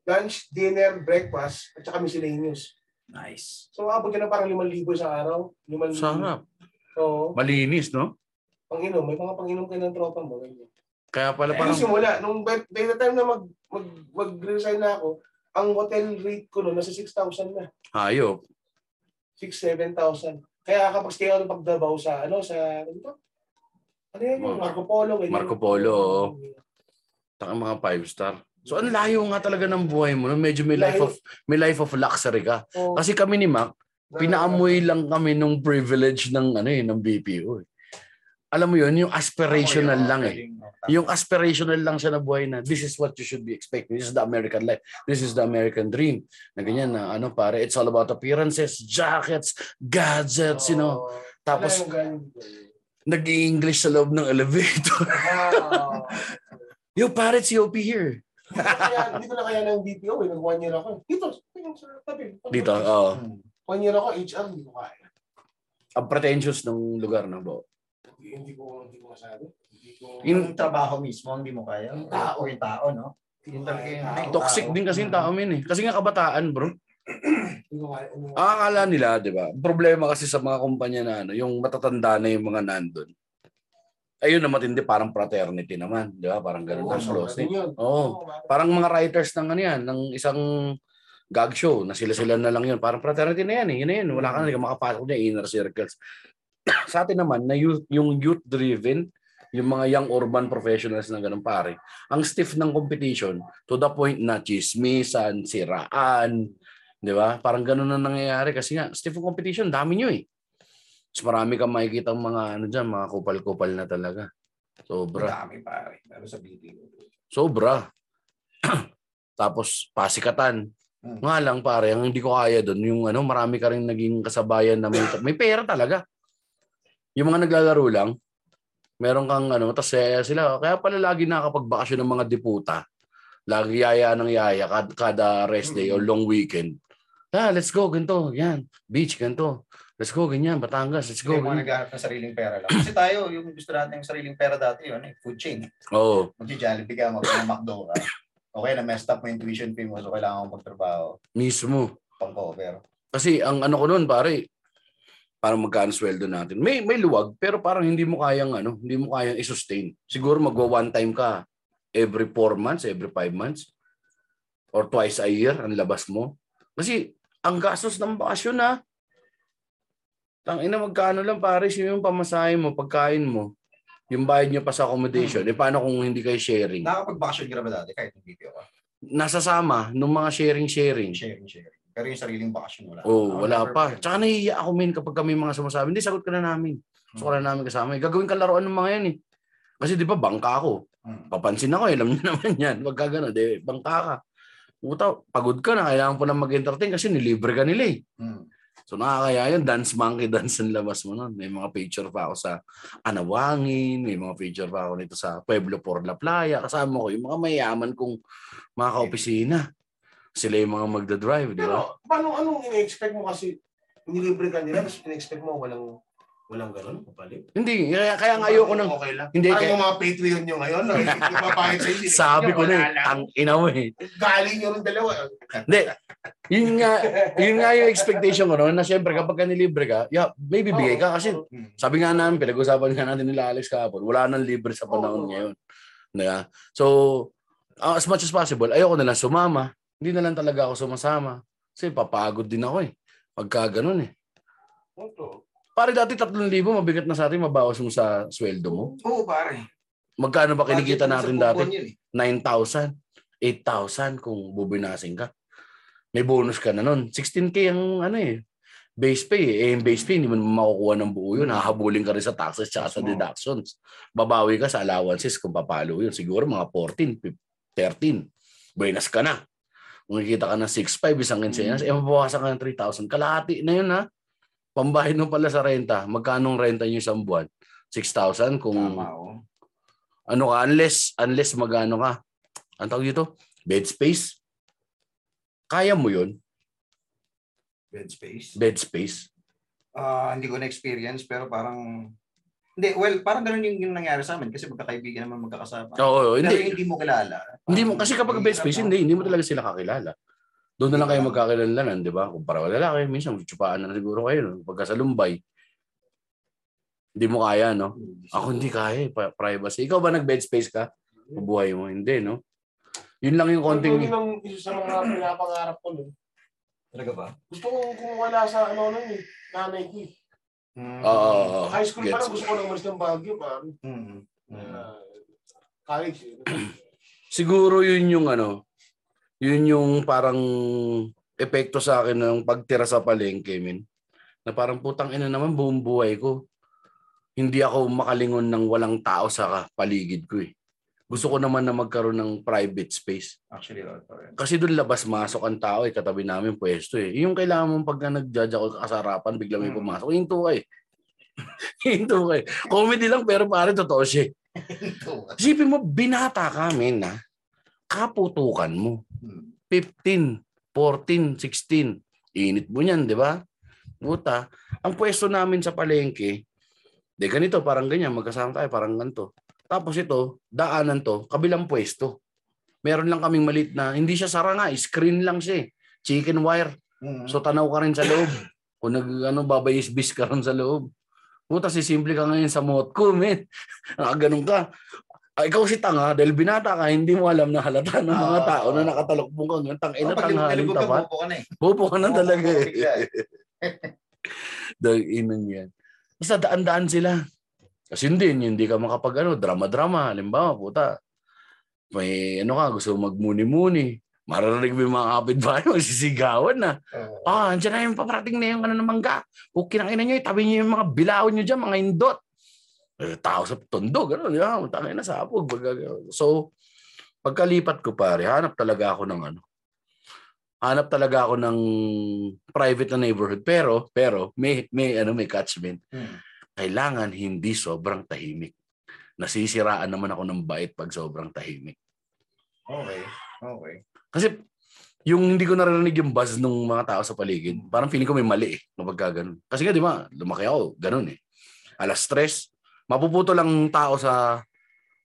Speaker 3: lunch, dinner, breakfast, at saka miscellaneous.
Speaker 2: Nice.
Speaker 3: So, abot ka na parang 5,000 sa araw. 5,000.
Speaker 1: Sarap.
Speaker 3: Oo.
Speaker 1: Malinis, no?
Speaker 3: Panginom. May mga panginom kayo ng tropa mo. ganyan.
Speaker 1: Kaya pala
Speaker 3: Nung
Speaker 1: parang
Speaker 3: simula, nung by, by the time na mag, mag, mag-resign na ako, ang hotel rate ko noon, nasa 6,000 na.
Speaker 1: hayop.
Speaker 3: 6, 7,000. Kaya kapag stay ako ng pagdabaw sa, ano, sa, ano to? Ano yan? yung Marco Polo. ganyan.
Speaker 1: Marco Polo, oo. Taka mga 5 star. So ang layo nga talaga ng buhay mo. no? Medyo may life of may life of luxury ka.
Speaker 3: Oo.
Speaker 1: Kasi kami ni Mac,
Speaker 3: Ah.
Speaker 1: pinaamoy lang kami nung privilege ng ano eh, ng BPO. Eh. Alam mo yun, yung
Speaker 2: Oh,
Speaker 1: aspirational lang eh. Yung aspirational lang siya na buhay na this is what you should be expecting. This is the American life. This is the American dream. Na ganyan na ano pare, it's all about appearances, jackets, gadgets, you know.
Speaker 3: Oo.
Speaker 1: Tapos
Speaker 3: Wala yung
Speaker 1: nag-English sa loob ng elevator. [laughs]
Speaker 3: ganun. Oo.
Speaker 1: Yo pare, it's COP here.
Speaker 3: Hindi ko na kaya- hindi ko na kaya ng BPO eh. Nag one year ako. eh. Dito, tingnan sa tabi.
Speaker 1: Dito, oh.
Speaker 2: Hmm.
Speaker 3: One year ako, HR, hindi ko kaya.
Speaker 1: Ang pretentious ng lugar na bo.
Speaker 3: Hindi, hindi ko, hindi ko masabi. Hindi ko,
Speaker 2: Yung trabaho mismo, hindi mo kaya. Yung tao, yung tao, no?
Speaker 3: hindi ko
Speaker 2: Yung talaga
Speaker 3: kaya.
Speaker 2: yung-
Speaker 3: Tao.
Speaker 1: Toxic din kasi yung tao min eh. Kasi nga kabataan, bro.
Speaker 3: Hindi ko kaya. Ano,
Speaker 1: Ang akala nila, di ba? Problema kasi sa mga kumpanya na ano, yung matatanda na yung mga nandun. Ayun na matindi, parang fraternity naman. Di ba? Parang ganun
Speaker 3: Oo,
Speaker 1: ang Oh, closing.
Speaker 3: ganun yun.
Speaker 1: Oo.
Speaker 3: Oo, bakit?
Speaker 1: Parang mga writers ng ano yan, ng isang gag show na sila-sila na lang yun. Parang fraternity na yan eh. Yun na yun. Wala ka na, hindi ka makapasok na inner circles. [clears throat] sa atin naman, na youth, yung youth-driven, yung mga young urban professionals na ganun pare, ang stiff ng competition to the point na chismisan, siraan, di ba? Parang ganun na nangyayari kasi nga, stiff ang competition, dami nyo eh. Mas marami kang makikita mga ano dyan, mga kupal-kupal na talaga. Sobra.
Speaker 2: Madami, pare. Lalo sa BPO.
Speaker 1: Sobra. [clears throat] Tapos pasikatan.
Speaker 2: Mm.
Speaker 1: Nga lang pare, ang hindi ko kaya doon yung ano, marami ka rin naging kasabayan na may, may pera talaga. Yung mga naglalaro lang, meron kang ano, tas yaya sila. Kaya pala lagi nakakapagbakasyon ng mga diputa. Lagi yaya ng yaya kad- kada rest day or long weekend. Ah, let's go, ganito, yan. Beach, ganito. Let's go, ganyan, Batangas, let's
Speaker 2: Hindi
Speaker 1: go.
Speaker 2: mo
Speaker 1: ganyan.
Speaker 2: naghahanap ng sariling pera lang. Kasi tayo, yung gusto natin yung sariling pera dati, yun, eh, food chain.
Speaker 1: Oo.
Speaker 2: Magji-Jollibee ka, magmamacdo ka. Okay, na-messed up mo yung tuition fee mo, so kailangan mo magtrabaho.
Speaker 1: mismo.
Speaker 2: Pang-cover.
Speaker 1: Kasi ang ano ko noon, pare, parang magkano sweldo natin. May may luwag pero parang hindi mo kayang ano, hindi mo kayang i-sustain. Siguro magwa one time ka every four months, every five months or twice a year ang labas mo. Kasi ang gastos ng bakasyon na tang ina magkano lang pare sino yung pamasahe mo, pagkain mo, yung bayad nyo pa sa accommodation. E Eh, paano kung hindi kayo sharing?
Speaker 2: Nakakapag-vacation ka na ba dati kahit yung BPO ka?
Speaker 1: nasasama nung mga sharing-sharing.
Speaker 2: Sharing, sharing. Pero yung sariling bakasyon wala.
Speaker 1: Oh,
Speaker 2: Ako,
Speaker 1: wala
Speaker 2: never
Speaker 1: pa.
Speaker 2: pa.
Speaker 1: Tsaka nahihiya ako min kapag kami mga sumasabi, hindi, sagot ka na namin. Gusto ka na namin kasama. eh. Gagawin ka laruan ng mga yan eh. Kasi di ba, bangka ako.
Speaker 2: Mm.
Speaker 1: Papansin ako, eh, alam [laughs] niyo naman yan. Wag ka ganun, di, bangka ka. Puta, pagod ka na, kailangan po na mag-entertain kasi nilibre ka nila eh.
Speaker 2: Mm.
Speaker 1: So nakakaya yun, dance monkey [laughs] dance ang labas mo nun. May mga picture pa ako sa Anawangin, may mga picture pa ako nito sa Pueblo por la Playa. Kasama ko yung mga mayaman kong mga kaopisina. Sila yung mga magdadrive, di ba?
Speaker 3: Pero, paano, anong in-expect mo kasi nilibre ka nila, tapos in-expect mo walang walang ganun, kapalit.
Speaker 1: Hindi, kaya, kaya nga ayoko nang...
Speaker 3: Okay lang.
Speaker 1: Hindi,
Speaker 3: Parang
Speaker 1: kaya,
Speaker 3: yung mga Patreon nyo
Speaker 1: [laughs]
Speaker 3: ngayon, no? ipapakit sa inyo.
Speaker 1: sabi ko na eh,
Speaker 3: wala
Speaker 1: ang ina mo eh.
Speaker 3: Galing nyo rin dalawa.
Speaker 1: Hindi, yun nga, yun nga yung expectation ko noon na syempre kapag ka nilibre ka, yeah, may bibigay ka kasi
Speaker 2: Mm.
Speaker 1: Sabi nga namin, pinag-usapan nga natin nila Alex kahapon, wala nang libre sa panahon
Speaker 3: Oo.
Speaker 1: ngayon. Diba? So, uh, as much as possible, ayoko na lang sumama. Hindi na lang talaga ako sumasama. Kasi papagod din ako eh. Pagka ganun eh.
Speaker 3: Oo,
Speaker 1: Pare dati 3,000 mabigat na sa atin, mabawas mo sa sweldo mo.
Speaker 2: Oo, pare.
Speaker 1: Magkano ba kinikita
Speaker 2: Bakit
Speaker 1: natin
Speaker 2: sa
Speaker 1: dati?
Speaker 2: bubuan yun eh?
Speaker 1: 9,000, 8,000 kung bubinasing ka. May bonus ka na nun. 16K ang ano eh, base pay. eh. Eh, yung base pay, hindi mo naman makukuha ng buo yun. Hahabulin ka rin sa taxes at sa
Speaker 2: Hmm. Oo.
Speaker 1: deductions. Babawi ka sa allowances kung papalo yun. Siguro mga 14, 15, 13. Buenas ka na. Kung nakikita ka ng 6,500, isang kinsenas,
Speaker 2: Hmm.
Speaker 1: eh mabawasan ka ng 3,000. Kalahati na yun ha. Pambahid mo pala sa renta. Magkanong renta nyo isang buwan? 6,000 kung
Speaker 2: Tama, oo.
Speaker 1: ano ka, unless, unless magano ka, ang tawag dito, bed space. Kaya mo yun,
Speaker 2: Bed space.
Speaker 1: bed space.
Speaker 2: Ah, hindi ko na-experience pero parang hindi, well, parang ganun yung, yung nangyari sa amin kasi magkakaibigan naman magkakasama.
Speaker 1: Oo,
Speaker 2: Pero
Speaker 1: hindi.
Speaker 2: yung hindi mo kilala.
Speaker 1: Hindi mo, kasi kapag bed space, hindi, hindi mo talaga sila kakilala. Doon na lang kayo magkakilalanan, di ba? Kung para wala lalaki, minsan tsupaan na siguro kayo. No? Pagka sa lumbay, hindi mo kaya, no? Ako hindi kaya, eh, pa- privacy. Ikaw ba nag-bed space ka? Mabuhay mo, hindi, no? Yun lang yung
Speaker 3: Konting...
Speaker 1: konting...
Speaker 3: Ito yung isa sa mga pinapangarap ko nun.
Speaker 2: Talaga ba?
Speaker 3: Gusto ko kumuwala sa ano nun eh, nanay ko eh.
Speaker 2: Mm.
Speaker 1: Oo, oo, oo.
Speaker 3: High school pa
Speaker 1: Oh, Gets. Hmm.
Speaker 3: lang, gusto ko na umalis ng Baguio, man.
Speaker 2: Mm. Mm.
Speaker 3: Ah, college eh.
Speaker 1: [laughs] siguro yun yung ano, yun yung parang epekto sa akin ng pagtira sa palengke, min. Na parang putang ina naman buong buhay ko. Hindi ako makalingon ng walang tao sa paligid ko eh. Gusto ko naman na magkaroon ng private space.
Speaker 2: Actually, oh, oo. pare.
Speaker 1: Kasi doon labas-masok ang tao eh, katabi namin pwesto eh. Yung kailangan mong pagka nagjaja ko kasarapan, bigla may
Speaker 2: Mm.
Speaker 1: pumasok, hinto ka eh. [laughs] hinto ka eh. Comedy lang pero pare totoo siya eh.
Speaker 2: Ito.
Speaker 1: Isipin mo, binata kami na kaputukan mo.
Speaker 2: Mm.
Speaker 1: 15, 14, 16. Init mo niyan, di ba? Puta. Ang pwesto namin sa palengke, di ganito, parang ganyan, magkasama tayo, parang ganito. Tapos ito, daanan to, kabilang pwesto. Meron lang kaming malit na, hindi siya sara nga, screen lang siya eh. Chicken wire.
Speaker 2: Mm.
Speaker 1: So tanaw ka rin sa
Speaker 2: [coughs]
Speaker 1: loob. Kung nag ano babayisbis ka rin sa loob. Puta si simple ka ngayon sa motko, men. [laughs] Ah, ganun ka. Ah, ikaw si tanga dahil binata ka, hindi mo alam na halata ng mga
Speaker 2: Ah.
Speaker 1: tao na nakatalokbong ka ngayon. Tang ina
Speaker 2: Oh, pag
Speaker 1: tanghalin
Speaker 2: nilubog ka,
Speaker 1: tapat.
Speaker 2: bubo ka na eh.
Speaker 1: Bobo ka na
Speaker 2: Oo,
Speaker 1: talaga
Speaker 2: bubo ka
Speaker 1: eh.
Speaker 2: bigla eh.
Speaker 1: Dahil inang yan. Basta daan-daan sila. Kasi hindi, hindi ka makapag ano, drama-drama. Halimbawa, puta. May ano ka, gusto mo magmuni-muni. Mararinig mo yung mga kapitbahay, [laughs] magsisigawan na.
Speaker 2: Oo.
Speaker 1: Ah, andyan na yung paparating na yung ano ng mangga. O kinakina nyo, itabi nyo yung mga bilao nyo dyan, mga indot. Eh, tao sa tondo, gano'n. Di ba? Tangay na sa apog. baga- So, pagkalipat ko pare, hanap talaga ako ng ano. Hanap talaga ako ng private na neighborhood. Pero, pero, may, may, ano, may catchment.
Speaker 2: Mm.
Speaker 1: Kailangan hindi sobrang tahimik. Nasisiraan naman ako ng bait pag sobrang tahimik.
Speaker 2: Okay. Okay.
Speaker 1: Kasi, yung hindi ko naririnig yung buzz ng mga tao sa paligid, parang feeling ko may mali eh, kapag ka ganun. Kasi nga, di ba, lumaki ako, ganun eh. Alas stress, mapuputo lang tao sa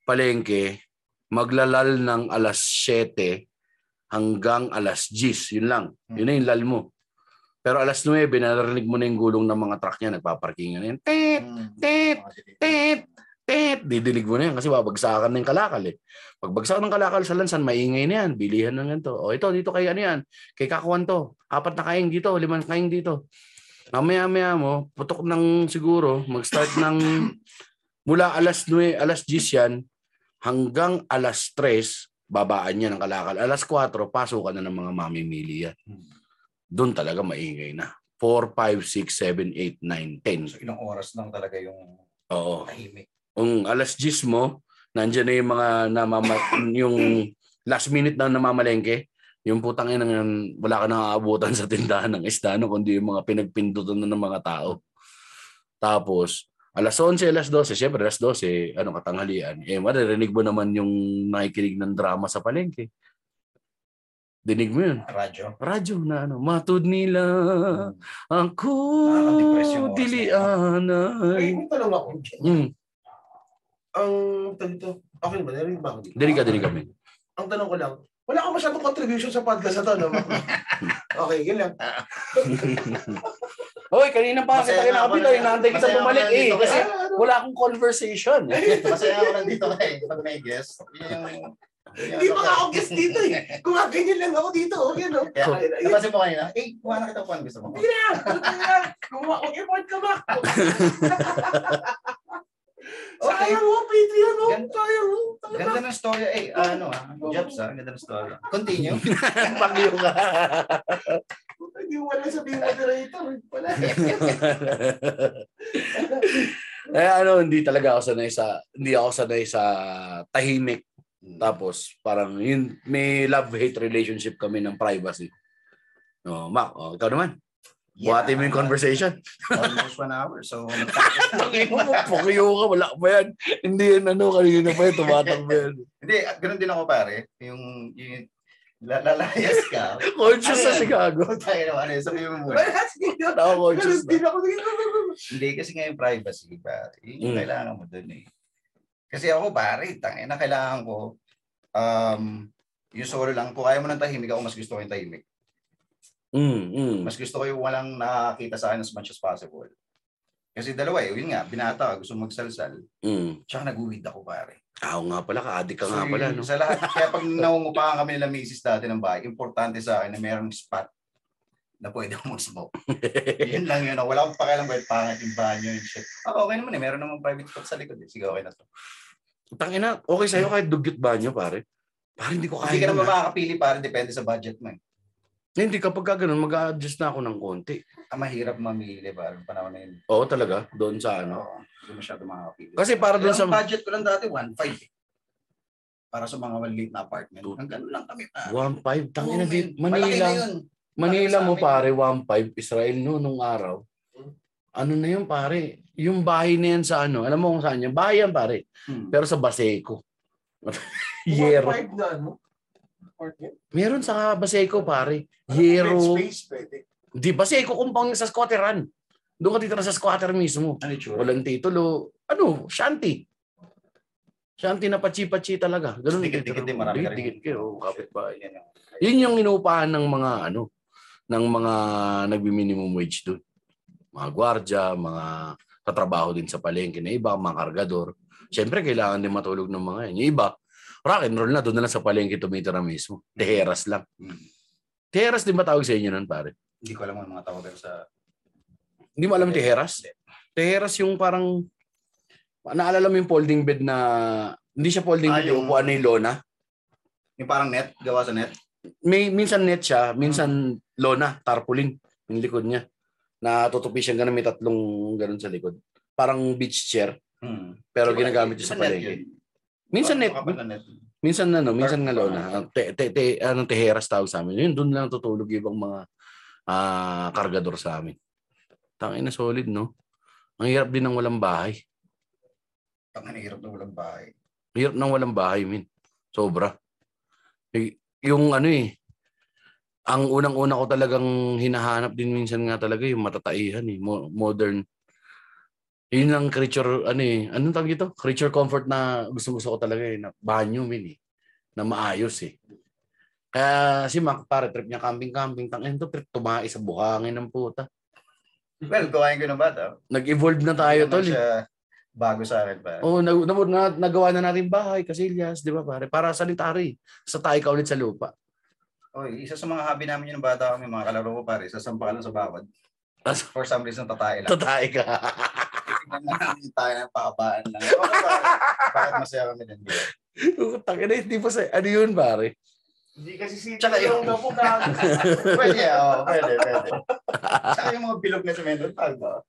Speaker 1: palengke, maglalal ng alas 7 hanggang alas 10, yun lang. Yun na yung lal mo. Pero alas 9, naririnig mo na yung gulong ng mga truck niya, nagpaparkingan na yan. Tit!
Speaker 2: Mm.
Speaker 1: Tit!
Speaker 2: Mga delete.
Speaker 1: tit, tit, didinig mo na yan kasi babagsakan na yung kalakal eh. Pagbagsak ng kalakal sa lansan, maingay na yan, bilihan ng ganito. O ito, dito kay ano yan, kay kakuan to, apat na kaing dito, limang kaing dito. Mamaya-maya mo, putok ng siguro, mag-start ng mula alas 9, alas 10 yan, hanggang alas 3, babaan niya ng kalakal. Alas 4, pasok ka na ng mga mamimili yan. Doon talaga maingay na. 4, 5, 6, 7, 8, 9,
Speaker 2: So, ilang oras lang talaga yung
Speaker 1: 10. Oo.
Speaker 2: tahimik.
Speaker 1: Kung alas 10 mo, nandiyan na yung mga namama, [clears throat] yung last minute na namamalengke, yung putang ina ng wala ka nang aabutan sa tindahan ng isda no, kundi yung mga pinagpindutan na ng mga tao. Tapos, alas 11, alas 12, syempre alas 12, ano katanghalian, eh maririnig mo naman yung nakikinig ng drama sa palengke. Dinig mo yun.
Speaker 2: Radyo.
Speaker 1: Radyo na ano, matud nila ang
Speaker 2: Hmm. Nakaka-depress yung oras na yun.
Speaker 3: Ay,
Speaker 1: kudilianay.
Speaker 3: may tanong ako.
Speaker 1: Mm,
Speaker 3: Ang, tawag dito, okay ba? Narinig ba ako dito?
Speaker 1: dinig ka, dinig kami.
Speaker 3: Ang tanong ko lang, wala akong masyadong contribution sa podcast na to,
Speaker 1: [laughs]
Speaker 3: no? okay, yun lang.
Speaker 1: Hoy, kanina pa
Speaker 2: Masaya
Speaker 1: kita
Speaker 2: na ako
Speaker 1: kinakabila,
Speaker 2: na-
Speaker 1: inaantay kita
Speaker 2: masaya ako
Speaker 1: bumalik
Speaker 2: na
Speaker 1: eh.
Speaker 2: dito
Speaker 1: Kasi
Speaker 2: kasi-
Speaker 3: Ah, ano?
Speaker 1: wala akong conversation. eh.
Speaker 2: [laughs] Masaya ako nandito kay pag may guest. Yun yung...
Speaker 3: Hindi pa nga ako guest dito eh. Gumaganyan lang ako dito, okay, no?
Speaker 2: Kaya,
Speaker 3: Okay, na. Yun
Speaker 2: napansin mo kanina, eh, kuha na kita kung ano gusto
Speaker 1: [laughs]
Speaker 2: mo.
Speaker 3: Hindi na! Tutang na! Gumawa ko, import ka ba? Sayang mo, Patreon mo!
Speaker 2: Ganda-
Speaker 3: Sayang mo! Tanga na.
Speaker 2: Ganda ng story. Eh, ano ah, Jobs ah, ganda ng story. Continue.
Speaker 1: Pagyo ka.
Speaker 3: Hindi mo wala sabihin moderator.
Speaker 1: [laughs]
Speaker 3: Wala.
Speaker 1: [laughs] eh ano, hindi talaga ako sanay sa, hindi ako sanay sa tahimik. Tapos parang yun, may love-hate relationship kami ng privacy. No, Mac, oh, ikaw naman. Buhatin mo yung conversation. [laughs]
Speaker 2: Almost one hour. So,
Speaker 1: Tangin [laughs] mo, pagyo ka, wala pa yan. Hindi yan ano, kanina pa yan, tumatakbo yan.
Speaker 2: hindi, ah, ganun din ako pare. Yung, yung lalayas ka.
Speaker 1: Conscious sa Chicago.
Speaker 2: Tayo naman, eh, sabihin mo muna.
Speaker 3: Wala. Sige. yun.
Speaker 1: Ako-conscious
Speaker 3: Ganun
Speaker 1: Oh, na.
Speaker 3: din ako. Sige.
Speaker 2: Hindi, kasi nga yung privacy, pare. Yun yung
Speaker 1: Mm.
Speaker 2: kailangan mo dun eh. Kasi ako, pare, tangin na kailangan ko, um, yung solo lang, kung kaya mo ng tahimik, ako mas gusto ko yung tahimik.
Speaker 1: Mm, mm.
Speaker 2: Mas gusto ko yung walang nakakita sa akin as much as possible. Kasi dalawa eh, yun nga, binata ka, gusto magsalsal,
Speaker 1: Mm.
Speaker 2: tsaka naguwid ako, pare.
Speaker 1: Ako nga pala, ka-addict ka
Speaker 2: So,
Speaker 1: nga pala,
Speaker 2: yun,
Speaker 1: no?
Speaker 2: Sa lahat, kaya
Speaker 1: [laughs]
Speaker 2: pag naungupahan kami nila misis dati ng bahay, importante sa akin na mayroong spot na pwede akong mag-smoke.
Speaker 1: [laughs]
Speaker 2: yun lang yun. Wala akong pakialam kahit pangit yung banyo and shit. Ah, okay naman eh. Meron namang private spot sa likod. Eh. Sige, okay na to.
Speaker 1: Tangina, okay sa'yo kahit dugyot banyo, pare. Pare, hindi ko kaya.
Speaker 2: Hindi ka
Speaker 1: yun,
Speaker 2: naman
Speaker 1: ha?
Speaker 2: makakapili para depende sa budget mo eh.
Speaker 1: Hindi, kapag ka ganun, mag-adjust na ako ng konti.
Speaker 2: Ah, mahirap mamili para ng panahon na yun.
Speaker 1: Oo, talaga. Doon sa ano.
Speaker 2: Oo, Hindi masyado makakapili.
Speaker 1: Kasi para doon sa...
Speaker 2: Ang budget ko lang dati, 1.5 eh. Para sa mga maliit na apartment.
Speaker 1: Two.
Speaker 2: Ang ganun lang kami. Ah.
Speaker 1: 1.5. Tangina,
Speaker 2: Oo,
Speaker 1: di,
Speaker 2: man. Malaki na
Speaker 1: Manila.
Speaker 2: yun.
Speaker 1: Manila
Speaker 2: Malaki sa
Speaker 1: mo,
Speaker 2: amin.
Speaker 1: pare, 1.5. Israel, no, nung araw. Ano na yun, pare? Yung bahay na yan sa ano. Alam mo kung saan yan? Bahay yan, pare.
Speaker 2: Hmm.
Speaker 1: Pero sa Baseco. [laughs] Yero.
Speaker 3: Five na ano? Pardon?
Speaker 1: Meron sa Baseco, pare.
Speaker 3: Ano,
Speaker 1: Yero.
Speaker 3: Space, pwede.
Speaker 1: Di Baseco, kumpang sa squatteran. Doon ka titira sa squatter mismo.
Speaker 2: Ano yung tsura?
Speaker 1: Walang titulo. Ano? Shanti. Shanti na pachi-pachi talaga. Ganun
Speaker 2: Dikit-dikit din, marami ka rin.
Speaker 1: Dikit-dikit kayo, kapitbahay.
Speaker 2: Yan yung-
Speaker 1: Yun yung inuupahan ng mga ano, ng mga nagbi-minimum wage doon. Mga gwardya, mga katrabaho din sa palengke na iba, mga kargador. Siyempre, kailangan din matulog ng mga yan. Yung iba, rock and roll na, doon na lang sa palengke tumitira mismo. Teheras lang.
Speaker 2: Hmm.
Speaker 1: Teheras din ba tawag sa inyo nun, pare?
Speaker 2: Hindi ko alam ang mga tawag pero sa...
Speaker 1: Hindi mo alam teheras? Teheras yung parang naalala mo yung folding bed na hindi siya folding
Speaker 2: Ah,
Speaker 1: bed, yung
Speaker 2: yung-
Speaker 1: upuan na yung lona.
Speaker 2: Yung parang net, gawa sa net.
Speaker 1: May minsan net siya,
Speaker 2: Hmm.
Speaker 1: minsan lona, tarpaulin yung likod niya. Natutupi siya ganun, may tatlong ganun sa likod. Parang beach chair,
Speaker 2: Hmm.
Speaker 1: pero
Speaker 2: Iba-
Speaker 1: ginagamit siya
Speaker 2: iba
Speaker 1: sa
Speaker 2: net
Speaker 1: palengke.
Speaker 2: yun.
Speaker 1: Minsan net,
Speaker 2: Kapal na net.
Speaker 1: minsan ano, minsan
Speaker 2: Tarp-
Speaker 1: nga lona. Ah, Te, te, te, anong teheras tawag sa amin. Yun, doon lang tutulog yung ibang mga ah, kargador sa amin. Tangina solid, no? Ang hirap din ng walang bahay.
Speaker 2: Ang hirap na walang bahay.
Speaker 1: Hirap nang walang bahay, min. Sobra. Y- Yung ano eh, ang unang-una ko talagang hinahanap din minsan nga talaga yung matataihan eh, mo- modern. Yun ang creature, ano eh, anong tawag ito? Creature comfort na gusto-gusto ko talaga eh, na banyo, min eh, na maayos eh. Kaya si Mac, pare, trip niya camping-camping, tangin to, trip tumae sa buhangin ng puta.
Speaker 2: Well, gawain ko ng bata.
Speaker 1: Nag-evolve na tayo,
Speaker 2: Hindi
Speaker 1: tol.
Speaker 2: naman
Speaker 1: eh.
Speaker 2: siya Bago sa akin pa.
Speaker 1: Oo, oh, nag, nag, na- nagawa na natin bahay, kasilyas, di ba pare? Para sanitary. Sa tayo ka ulit sa lupa. [laughs]
Speaker 2: Oy, isa sa mga hobby namin yun ng bata kami, mga kalaro ko pare, sasampa ka lang sa bawat.
Speaker 1: Ah,
Speaker 2: For some reason, tatae lang.
Speaker 1: Tatay ka.
Speaker 2: Tignan lang namin tayo ng pakabaan lang. Okay, pare. Bakit masaya kami din.
Speaker 1: Tangin na, hindi pa sa... Ano yun, pare?
Speaker 3: Hindi kasi si
Speaker 2: Tsaka yun.
Speaker 3: yung
Speaker 1: [laughs]
Speaker 3: napukahan.
Speaker 2: pwede, oh, pwede, pwede. Saka yung mga bilog na cemento, tag ba?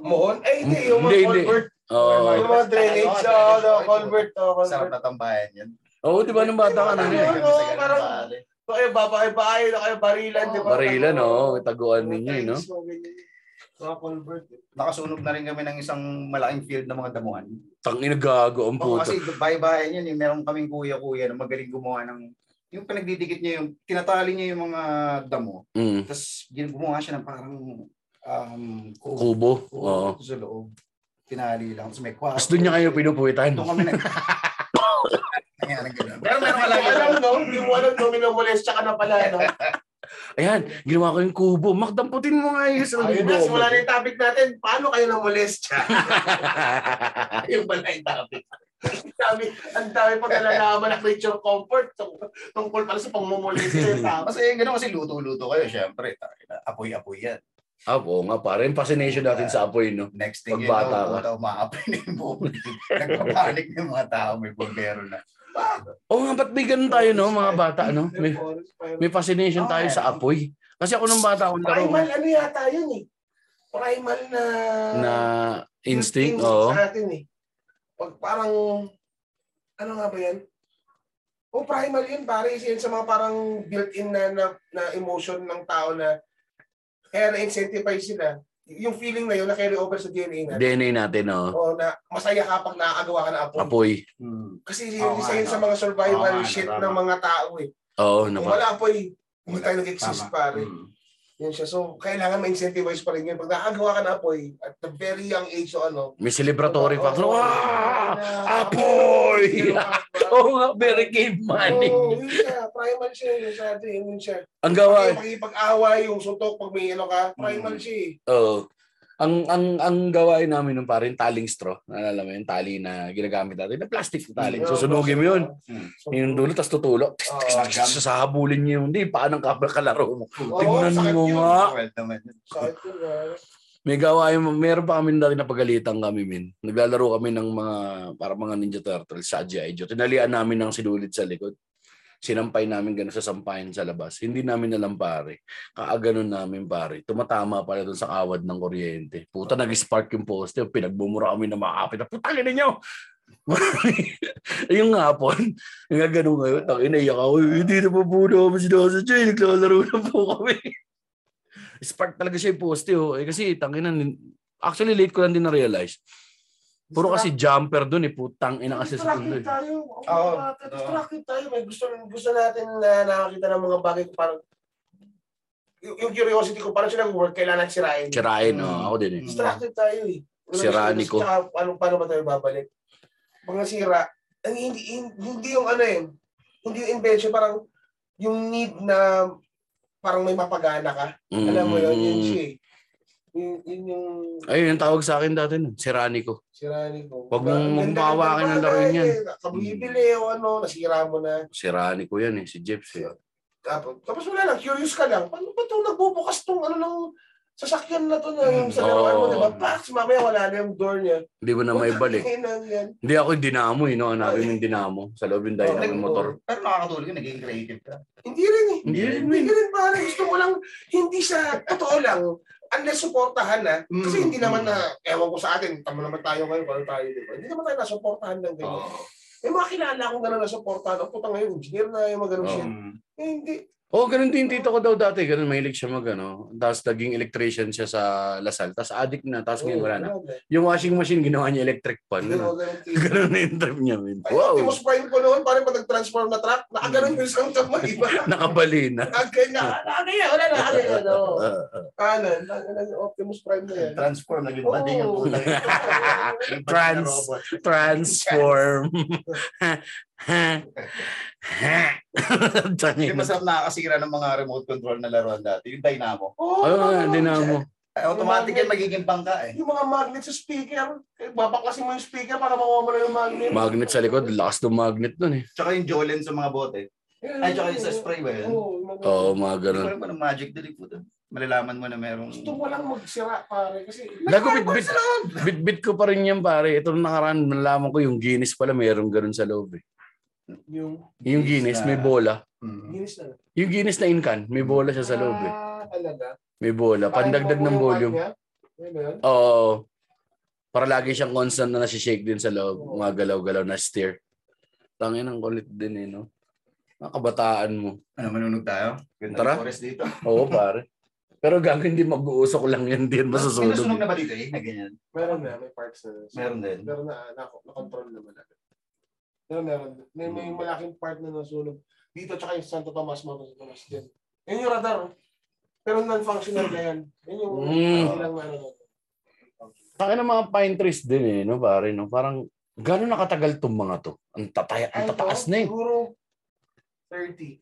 Speaker 3: Mohon? Eh, hindi. Yung
Speaker 1: Hindi,
Speaker 3: mga
Speaker 1: hindi.
Speaker 3: culvert.
Speaker 1: Oo.
Speaker 3: Yung mga drainage.
Speaker 2: Ano,
Speaker 3: Oo,
Speaker 2: drainage.
Speaker 3: oh, culvert. Oh,
Speaker 2: Sarap
Speaker 3: culvert.
Speaker 2: na tambayan yan.
Speaker 1: Oo, di ba nung bata ka na
Speaker 3: Yun,
Speaker 1: ano yun?
Speaker 3: oo,
Speaker 2: Sa ganun,
Speaker 3: parang-
Speaker 2: bali.
Speaker 3: Baka kayo babakay pa kayo eh, na kayo barilan, di ba?
Speaker 1: Barilan, oo. Taguan ninyo, eh, no?
Speaker 3: Mga ganyan. Mga eh. culvert.
Speaker 2: Nakasunog na rin kami ng isang malaking field ng mga damuhan.
Speaker 1: Tangin na gago ang puto.
Speaker 2: Oo, kasi bahay-bahay yan. Yung meron kaming kuya-kuya na magaling gumawa ng... Yung pinagdidikit niya yung... Tinatali niya yung mga damo.
Speaker 1: Mm.
Speaker 2: Tapos gin- gumawa siya ng parang... Um, kubo.
Speaker 1: Kubo. Oo.
Speaker 2: kubo Sa loob. Tinali lang. Tapos may kwarto.
Speaker 1: Tapos doon niya kayo pinupuwitan.
Speaker 2: Doon kami nag...
Speaker 1: [laughs]
Speaker 2: Nangyari ganun. Pero meron
Speaker 3: Hindi mo
Speaker 2: alaga
Speaker 3: alam, no? Hindi mo alam, no? Minumulis tsaka na pala, no?
Speaker 1: Ayan, ginawa ko yung kubo. Makdamputin mo nga yun sa
Speaker 3: Ayun
Speaker 1: kubo.
Speaker 3: na, simula na yung topic natin. Paano kayo namulis, [laughs] tsaka?
Speaker 2: Yung pala yung topic.
Speaker 3: Ang dami, ang dami pa nalalaman ng creature comfort tung, tungkol pala sa pangmumulis sa tao.
Speaker 2: Kasi ganun kasi luto-luto kayo, syempre. Tayo na, Apoy-apoy yan.
Speaker 1: [laughs] Ah, oo nga, pare. Yung fascination natin sa apoy, no?
Speaker 2: Next thing you
Speaker 1: Pagbata
Speaker 2: know, puta, umaapoy na yung buong. [laughs] Nagpapanik na yung mga tao, may bombero na.
Speaker 1: Oo nga, ba't may ganun tayo, no? Mga bata, no? Ano? May,
Speaker 3: Forest fire.
Speaker 1: may fascination tayo sa apoy. Kasi ako nung bata, akong laro
Speaker 3: Primal, ano yata yun eh. Primal na...
Speaker 1: na instinct,
Speaker 3: instinct
Speaker 1: oo.
Speaker 3: Sa atin eh. Pag parang... Ano nga ba yan? O primal yun, pare. Isa yun sa mga parang built-in na, na, na emotion ng tao na kaya na-incentivize sila. Yung feeling na yun na carry over sa DNA natin.
Speaker 1: DNA natin, oo.
Speaker 3: O na masaya ka pag nakakagawa ka ng apoy.
Speaker 1: Apoy.
Speaker 2: Hmm.
Speaker 3: Kasi
Speaker 2: Oo
Speaker 3: isa
Speaker 2: nga,
Speaker 3: yun sa
Speaker 2: no?
Speaker 3: mga survival
Speaker 2: Oo nga,
Speaker 3: shit
Speaker 2: tama.
Speaker 3: ng mga tao eh.
Speaker 1: Oo,
Speaker 3: Kung
Speaker 1: naman.
Speaker 3: wala apoy, hindi tayo
Speaker 2: Tama.
Speaker 3: nag-exist pare.
Speaker 2: Hmm.
Speaker 3: Yun siya. So, kailangan ma-incentivize pa rin yun. Pag nakagawa ka ng apoy, at the very young age o ano,
Speaker 1: May celebratory
Speaker 3: Oo,
Speaker 1: factor.
Speaker 3: oo,
Speaker 1: Wow!
Speaker 3: na-
Speaker 1: [laughs] Apoy! [laughs] Oo nga, very game
Speaker 3: Oo,
Speaker 1: money.
Speaker 3: yun siya. Primal siya. Yun siya. ate, Yun siya.
Speaker 1: Ang
Speaker 3: Yung
Speaker 1: gawa,
Speaker 3: pakipag-away, yung suntok pag may ano ka, primal
Speaker 1: Hmm.
Speaker 2: Mm.
Speaker 3: siya eh.
Speaker 1: Oo. Ang ang ang gawain namin nung parin taling straw. Naalala mo yung tali na ginagamit natin, na plastic na tali.
Speaker 2: Mm.
Speaker 1: Susunugin mo yun.
Speaker 2: Hmm.
Speaker 1: Yung dulo, tas tutulog. [laughs]
Speaker 3: Oo,
Speaker 1: Sahabulin niyo yun. Hindi, paan ang kapal kalaro mo.
Speaker 3: Ah. Oo,
Speaker 1: Tingnan
Speaker 3: sakit
Speaker 1: mo
Speaker 3: yun.
Speaker 1: nga.
Speaker 2: Well, naman yun.
Speaker 3: Sakit yun, ah.
Speaker 1: May gawain, meron pa kami dati na pagalitan kami, min. Naglalaro kami ng mga, para mga Ninja Turtles sa G.I. Joe. Tinalian namin ng sinulid sa likod. Sinampay namin gano'n sa sampayan sa labas. Hindi namin alam, pare. Kaaganon namin, pare. Tumatama pala doon sa awad ng kuryente. Puta, nag-spark yung poste. Pinagbumura kami na makakapit. Puta, ganun nyo! [laughs] yung hapon, yung gano'n ngayon, ang inaiyak ako, hindi na po po na kami sinasadya, eh, naglalaro na po kami. [laughs] Spark talaga siya yung poste, oh. Eh, kasi, tanginan, actually, late ko lang din na-realize. Puro kasi jumper dun, eh, putang ina kasi sa ano, eh. tuloy.
Speaker 3: Distracted tayo.
Speaker 2: Oo.
Speaker 3: Oo. Distracted tayo. May gusto, gusto natin na nakakita ng mga bagay ko parang yung, yung curiosity ko parang siya nag-work, kailangan natin sirain.
Speaker 1: Sirain, oh. Ako din, eh.
Speaker 2: Hmm.
Speaker 3: Distracted tayo eh.
Speaker 1: Sirani ko.
Speaker 3: Tsaka, ano, paano ba tayo babalik? Pag nasira, ang hindi, hin- hindi yung ano eh, hindi yung invention, parang yung need na parang may mapagana ka. Alam mo yun, yun siya eh. Yun, yun yung
Speaker 1: Ayun, yung tawag sa akin dati nun. Sirani ko.
Speaker 3: sirani ko.
Speaker 1: Huwag mong
Speaker 3: Ang ganda-
Speaker 1: mawawakan ng laro Hmm. yun yan.
Speaker 3: Eh, Kabibili o ano, nasira mo na.
Speaker 1: Sirani ko yan, eh. Si Jeps, eh.
Speaker 3: Tapos, tapos wala lang, curious ka lang. Paano ba itong nagbubukas tong ano ng sasakyan na to na yung
Speaker 1: Mm,
Speaker 3: sa laruan mo,
Speaker 1: oo.
Speaker 3: di ba? Pax, mamaya wala na yung door niya.
Speaker 1: Hindi ko na may balik.
Speaker 3: Ang yan.
Speaker 1: Hindi ako yung dinamo, eh, no? Hanapin mo yung dinamo. Sa loob yung dynamo
Speaker 2: Like,
Speaker 1: ng motor.
Speaker 2: Pero nakakatulog yun, naging creative ka.
Speaker 3: Hindi rin eh.
Speaker 1: Hindi rin,
Speaker 3: Hindi ka rin pare. Gusto mo lang, hindi sa totoo lang, unless supportahan na,
Speaker 1: Hmm.
Speaker 3: kasi
Speaker 2: Mm.
Speaker 3: hindi naman na, ewan ko sa atin, tama naman tayo ngayon, kung ano tayo, di ba? Hindi naman tayo nasuportahan ng ganyan.
Speaker 2: Oo.
Speaker 3: May mga kilala akong gano'n nasuportahan. Ang puta ngayon, engineer na, yung mga
Speaker 2: Oh.
Speaker 3: gano'n
Speaker 1: Oo.
Speaker 3: shit. Eh, hindi.
Speaker 1: Oo, oh, ganun din tito ko daw dati. Ganun, mahilig siya mag, ano. Tapos naging electrician siya sa Lasal. Tapos addict na. Tapos ngayon wala na. Yung washing machine, ginawa niya electric pan. Ganun, [laughs] ganun na yung trip niya. Man.
Speaker 3: Ay, wow.
Speaker 1: Wow!
Speaker 3: Optimus Prime ko noon, parang pag nag-transform na truck, nakaganon yung isang tamay.
Speaker 1: [laughs] Nakabalina.
Speaker 3: Nakaganon. Nakaganon. Wala na. Nakaganon. oo.
Speaker 1: Ah, ah.
Speaker 3: Kanan. Nakaganon yung Ano? Optimus Prime na yan.
Speaker 2: Transform, naging bading Oh. [laughs] yung
Speaker 3: Oo.
Speaker 2: pulang.
Speaker 1: Trans. Transform. [laughs]
Speaker 2: Hindi
Speaker 1: Tangin.
Speaker 2: masarap nakakasira ng mga remote control na laruan dati. Yung dynamo.
Speaker 3: Oo,
Speaker 1: Oo, oh,
Speaker 3: nakaganon siya.
Speaker 1: dinamo.
Speaker 2: Ay, automatic yan, magiging bangka eh.
Speaker 3: Yung mga magnet sa speaker, eh, babaklasin mo yung speaker para makuha mo na yung magnet.
Speaker 1: Magnet sa likod. Lakas ng magnet nun eh.
Speaker 2: Tsaka yung Jolene sa mga bote. Ay, tsaka yung sa spray ba yun?
Speaker 3: Oo, yung mga-
Speaker 1: Oo, mga
Speaker 2: Hindi
Speaker 1: ganun.
Speaker 2: ko alam anong magic dali po. Malalaman mo na merong...
Speaker 3: Gusto mo lang magsira, pare. Kasi,
Speaker 1: Lago, bit-bit. Bit-bit ko pa rin yan, pare. Ito nung nakaraan, nalaman ko yung Guinness pala, mayroong ganun sa loob eh.
Speaker 3: Yung
Speaker 1: Yung Guinness, may bola.
Speaker 2: Mm.
Speaker 3: Guinness na.
Speaker 1: Yung Guinness na incan, may bola siya sa loob eh.
Speaker 3: Ah, talaga.
Speaker 1: May bola. Pandagdag ng volume.
Speaker 3: Ganun.
Speaker 1: Oo. Para lagi siyang constant na nasi-shake din sa loob. Mga galaw-galaw na steer. Tangin ang kulit din eh, no? Ang kabataan mo.
Speaker 2: Ano, manunog tayo? Ganda
Speaker 1: Tara.
Speaker 2: ng forest dito.
Speaker 1: Oo, pare. Pero gago hindi mag-uusok lang yan din.
Speaker 2: May nasunog
Speaker 1: Masusunog.
Speaker 2: na ba dito eh? Na ganyan.
Speaker 3: Meron na, may parts na.
Speaker 2: Meron din.
Speaker 3: Pero na, na, na-control naman natin. Pero meron. May, may
Speaker 1: Hmm.
Speaker 3: malaking part na nasunog. Dito, tsaka yung Santo Tomas, mga Santo Tomas din. Yun yung radar. oh. Pero non-functional na yan. Yun yung
Speaker 1: Mm.
Speaker 3: kanilang ano.
Speaker 1: Tangin ang mga pine trees din eh, no, pare, no? Parang, gano'n nakatagal tong mga to? Ang, tatay, ang
Speaker 3: Ano,
Speaker 1: tataas na eh.
Speaker 3: Siguro 30.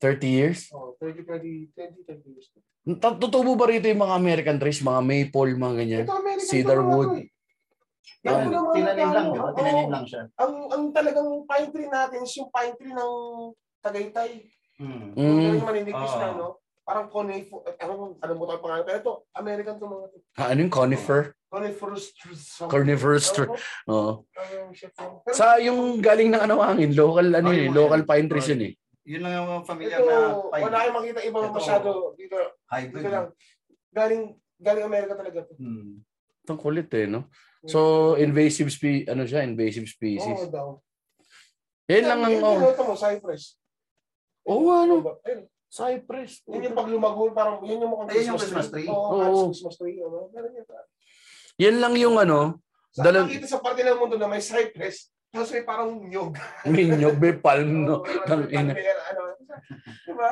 Speaker 1: 30 years?
Speaker 3: Oh, 30, 20, 20, 30 years. na.
Speaker 1: Ta- Tutubo ba rito yung mga American trees? Mga maple, mga ganyan?
Speaker 3: Ito, American
Speaker 1: Cedar
Speaker 3: ito,
Speaker 1: wood.
Speaker 3: ano, eh. Yan
Speaker 1: Ah,
Speaker 3: ang mga
Speaker 2: Tinanim lang,
Speaker 3: ano,
Speaker 2: di ba?
Speaker 3: oo.
Speaker 2: Tinanim lang siya.
Speaker 3: Ang, ang talagang pine tree natin is yung pine tree ng Tagaytay.
Speaker 2: Mm.
Speaker 1: Mm.
Speaker 3: Yung maninipis
Speaker 2: Oo.
Speaker 3: na, no? Parang eh, conifer, alam mo, alam mo ang pangalan. Pero ito, American to mga
Speaker 1: Ha, ano yung conifer?
Speaker 3: coniferous trees. ano,
Speaker 1: Carnivorous tree. Oo.
Speaker 3: Sa,
Speaker 1: Sa yung galing ng ano hangin, local ano
Speaker 2: Oh,
Speaker 1: yun, eh,
Speaker 2: yung-
Speaker 1: local pine trees yun eh.
Speaker 2: Yun lang yung mga familiar
Speaker 3: ito,
Speaker 2: na
Speaker 3: wala
Speaker 2: pine.
Speaker 3: kayong makita ibang
Speaker 2: Ito.
Speaker 3: masyado dito.
Speaker 2: Hybrid.
Speaker 3: Dito lang. Galing, galing Amerika talaga. to.
Speaker 2: Mm.
Speaker 1: Ang kulit eh, no? So, invasive spe ano siya, invasive
Speaker 3: Oo
Speaker 1: species.
Speaker 3: daw.
Speaker 1: Yan lang ang, Ano?
Speaker 3: Yung
Speaker 1: oh,
Speaker 3: piloto mo, Cypress.
Speaker 1: Oo nga, no?
Speaker 3: Ayun,
Speaker 1: cypress.
Speaker 3: Yun yung pag lumago, parang yun yung mukhang
Speaker 2: Ayun yung Christmas tree.
Speaker 3: Oo,
Speaker 1: Oo.
Speaker 3: parang Christmas tree. Ano? Meron yun.
Speaker 1: Yan lang yung ano,
Speaker 3: Sa,
Speaker 1: Dalag-
Speaker 3: nakita sa parte ng mundo na may cypress, tapos may parang nyog.
Speaker 1: minyog, may palm, [laughs] no?
Speaker 3: Oo, may
Speaker 1: Tang ina.
Speaker 3: palmera, ano. Diba?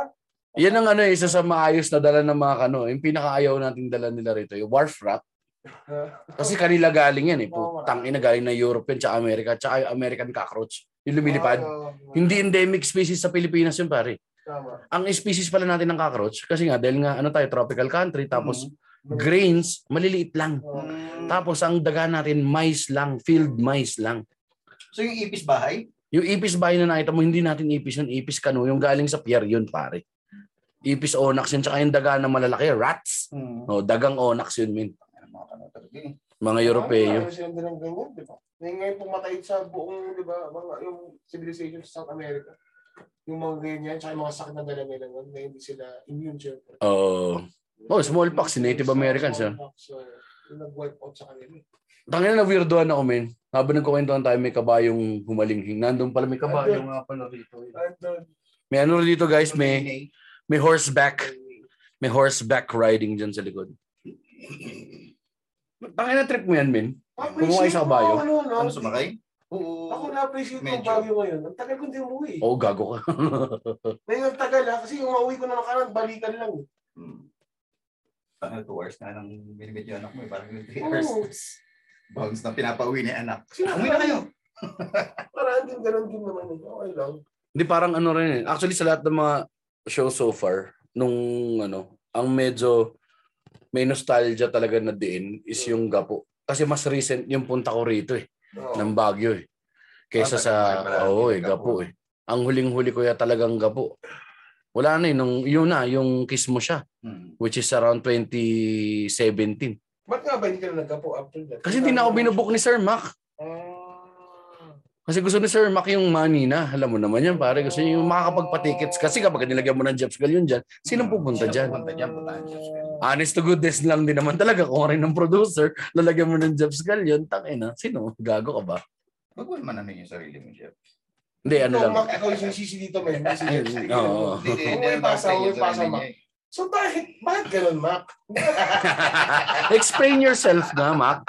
Speaker 1: Yan ang ano, eh, isa sa maayos na dala ng mga kano. Yung pinakaayaw nating dala nila rito, yung wharf rat. Kasi kanila galing yan eh. Putang ina, galing na Europe yan, tsaka Amerika, tsaka yung American cockroach. Yung lumilipad.
Speaker 3: Oo, oo.
Speaker 1: Hindi endemic species sa Pilipinas yun, pare.
Speaker 3: Tama.
Speaker 1: Ang species pala natin ng cockroach, kasi nga, dahil nga, ano tayo, tropical country,
Speaker 2: Mm-hmm.
Speaker 1: tapos grains, maliliit lang.
Speaker 3: Oo.
Speaker 2: Hmm.
Speaker 1: Tapos ang daga natin, mice lang, field mice lang.
Speaker 2: So yung ipis bahay,
Speaker 1: Yung ipis bahay na nakita mo, hindi natin ipis yun, ipis kano, yung galing sa pier yun, pare. Ipis onyx yun, tsaka yung daga na malalaki, rats.
Speaker 2: mm.
Speaker 1: O, Oh, dagang onyx yun, min.
Speaker 2: mga kanoto talaga eh.
Speaker 1: Mga Europeo.
Speaker 3: Ano sila din ng ganyan, di ba? Ngayon ngayon pumatay sa buong, di ba, mga yung civilization sa South America. Yung mga ganyan, tsaka yung mga sakit na dala nila nun, na hindi sila immune syempre.
Speaker 1: Oo. Oh, smallpox, native Americans, ah.
Speaker 3: Smallpox, so, yung nag-wipe out sa kanila.
Speaker 1: Tangina na weirdoan ako, men. Habang nagkukwentuhan tayo, may kabayong humalinghing. Nandun pala may kabayo nga pala rito.
Speaker 3: And
Speaker 2: uh,
Speaker 3: then,
Speaker 1: May ano dito guys, may may horseback, may horseback riding dyan sa likod. Tangina na trip mo yan, men.
Speaker 3: Ah,
Speaker 1: Kumuha sa kabayo.
Speaker 3: Ano, no?
Speaker 2: Ano sumakay? Oo.
Speaker 3: Ako na-appreciate ko yung
Speaker 2: Medyo.
Speaker 3: bagyo ngayon. Ang tagal ko hindi umuwi.
Speaker 1: Oo, oh, gago ka. [laughs]
Speaker 3: Ngayon ang tagal ha, kasi yung mauwi ko na nakaraan, balikan lang. eh.
Speaker 2: Mm. Parang 2 hours na nang binibit yung anak mo. eh. Parang 3 hours.
Speaker 3: Oo.
Speaker 2: Bounce na pinapauwi ni anak.
Speaker 3: Sino-
Speaker 2: Umuwi na kayo.
Speaker 3: Paraan din ganun din naman. eh. Okay lang.
Speaker 1: Hindi parang ano rin eh. Actually sa lahat ng mga show so far nung ano, ang medyo may nostalgia talaga na diin is yung Gapo. Kasi mas recent yung punta ko rito eh,
Speaker 2: Oh.
Speaker 3: Oo.
Speaker 1: ng Baguio eh. Kaysa
Speaker 2: Ah,
Speaker 1: sa
Speaker 2: tagal-tagal pala
Speaker 1: oo,
Speaker 2: yung
Speaker 1: eh,
Speaker 2: Gapo.
Speaker 1: Gapo eh. Ang huling-huli ko ya talagang Gapo. Wala na eh, nung yun na yung kiss mo siya
Speaker 2: Mm.
Speaker 1: which is around 2017.
Speaker 3: Ba't nga ba hindi ka na nagkapo after that?
Speaker 1: Kasi hindi na ako binubook ni Sir Mac.
Speaker 3: Ah.
Speaker 1: Kasi gusto ni Sir Mac yung money na. Alam mo naman yan, pare. Gusto niya yung makakapagpa-tickets. Kasi kapag nilagyan mo ng Jeps Gal yun dyan, sinong pupunta
Speaker 2: Hmm. Sino
Speaker 1: dyan?
Speaker 2: Pupunta dyan, punta dyan.
Speaker 1: Honest to goodness lang din naman talaga. Kung ano rin ng producer, lalagyan mo ng Jeps Gal yun. Tangin na. Sino? Gago ka ba?
Speaker 2: Huwag mo naman ano yung sarili mo,
Speaker 1: [laughs]
Speaker 2: Jeff.
Speaker 1: Hindi, ano
Speaker 3: Ikaw,
Speaker 1: lang.
Speaker 3: Mac, ikaw yung sisisi dito, man. Hindi si
Speaker 1: Ay,
Speaker 3: Jeff. Sige,
Speaker 1: oo.
Speaker 3: ganun. Umuwi pa sa- umuwi pa sa ma-
Speaker 2: eh.
Speaker 3: So bakit? Bakit ganun, [laughs] Mac?
Speaker 1: Explain yourself na, Mac.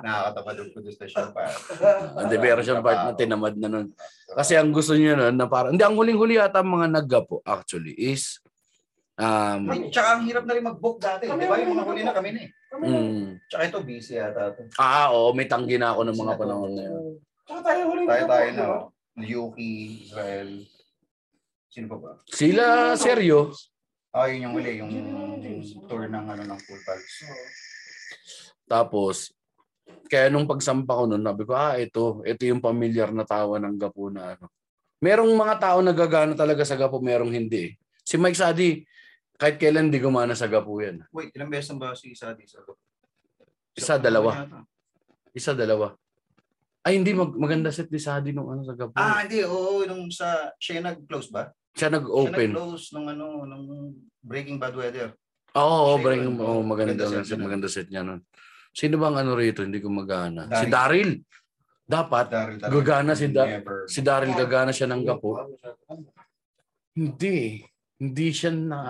Speaker 2: Nakakatapadog ko doon sa show pa.
Speaker 1: Ah, Hindi, meron siyang part na tinamad na nun. Kasi ang gusto niya nun, na parang, hindi, ang huling-huli yata mga naggapo actually is, um,
Speaker 2: Ay, Tsaka ang hirap na rin mag-book dati. eh. Di ba yung mga huli na kami na eh.
Speaker 3: Kami lang.
Speaker 1: mm,
Speaker 2: Tsaka ito, busy yata ito.
Speaker 1: ah, oo, may tanggi na ako ng mga panahon na yun.
Speaker 3: Tsaka tayo huling
Speaker 2: Tayo
Speaker 3: nagkapo,
Speaker 2: tayo
Speaker 3: di
Speaker 2: na. oh.
Speaker 3: ba?
Speaker 2: Yuki, Israel. Sino pa ba?
Speaker 1: Sila, seryo.
Speaker 2: Ah, yun yung huli, yung
Speaker 3: Yun yung-
Speaker 2: tour ng ano ng full pals.
Speaker 3: Oo.
Speaker 1: Tapos, kaya nung pagsampa ko nun, sabi ko, ah, ito, ito yung familiar na tawa ng Gapo na ano. Merong mga tao nagagana talaga sa Gapo, merong hindi. eh. Si Mike Sadi, kahit kailan di gumana sa Gapo yan.
Speaker 2: Wait, ilang beses na ba si Isa di sa
Speaker 1: Isa, dalawa. Isa, dalawa. Ay, hindi. Mag- maganda set ni Sadi nung ano sa gabi.
Speaker 2: Ah, hindi. Oo, nung sa, siya yung nag-close ba?
Speaker 1: siya
Speaker 2: Siya
Speaker 1: nag-open.
Speaker 2: nag-close nung ano, nung Breaking Bad Weather.
Speaker 1: Oo, oh,
Speaker 2: Siya
Speaker 1: parang
Speaker 2: yun.
Speaker 1: oh, maganda,
Speaker 2: Maganda
Speaker 1: maganda,
Speaker 2: set
Speaker 1: set,
Speaker 2: niya.
Speaker 1: maganda set niya nun. Sino bang ano rito? Hindi ko magana. Si
Speaker 2: Daryl.
Speaker 1: Daryl. Dapat.
Speaker 2: Daryl talaga.
Speaker 1: Gagana si Da-
Speaker 2: Never.
Speaker 1: Si Daryl gagana siya ng gapo.
Speaker 3: Hindi
Speaker 1: Hindi. Hindi siya na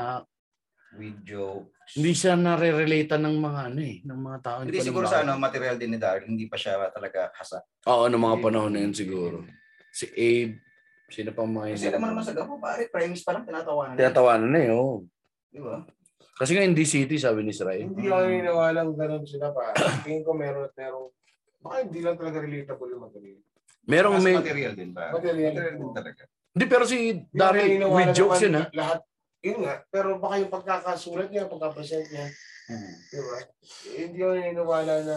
Speaker 2: With Joe.
Speaker 1: hindi siya nare-relate ng mga ano eh, ng mga tao.
Speaker 2: Hindi siguro sa ano, material din ni Daryl, hindi pa siya talaga hasa.
Speaker 1: Oo, ng mga panahon na yun siguro. Si Abe, sino pa mga
Speaker 2: Kasi naman naman sa gapo, pare, premise pa lang tinatawanan.
Speaker 1: Tinatawanan na eh, oo.
Speaker 2: Di ba?
Speaker 1: Kasi nga hindi city, sabi ni Israel.
Speaker 3: ako niniwala kung ganun sila pa. Tingin ko meron at meron. Baka hindi lang talaga relatable yung madali.
Speaker 1: Merong
Speaker 2: Mas
Speaker 1: may...
Speaker 2: material din ba?
Speaker 3: Material.
Speaker 2: din talaga.
Speaker 1: Hindi, pero si
Speaker 3: Hindi ako
Speaker 1: Daryl,
Speaker 3: naniniwala
Speaker 1: with jokes yun ah.
Speaker 3: naman
Speaker 1: ha.
Speaker 3: Lahat. Yun nga. Pero baka yung pagkakasulat niya, pagkapresent niya,
Speaker 2: Hmm.
Speaker 3: di ba? Eh, Hindi ako naniniwala na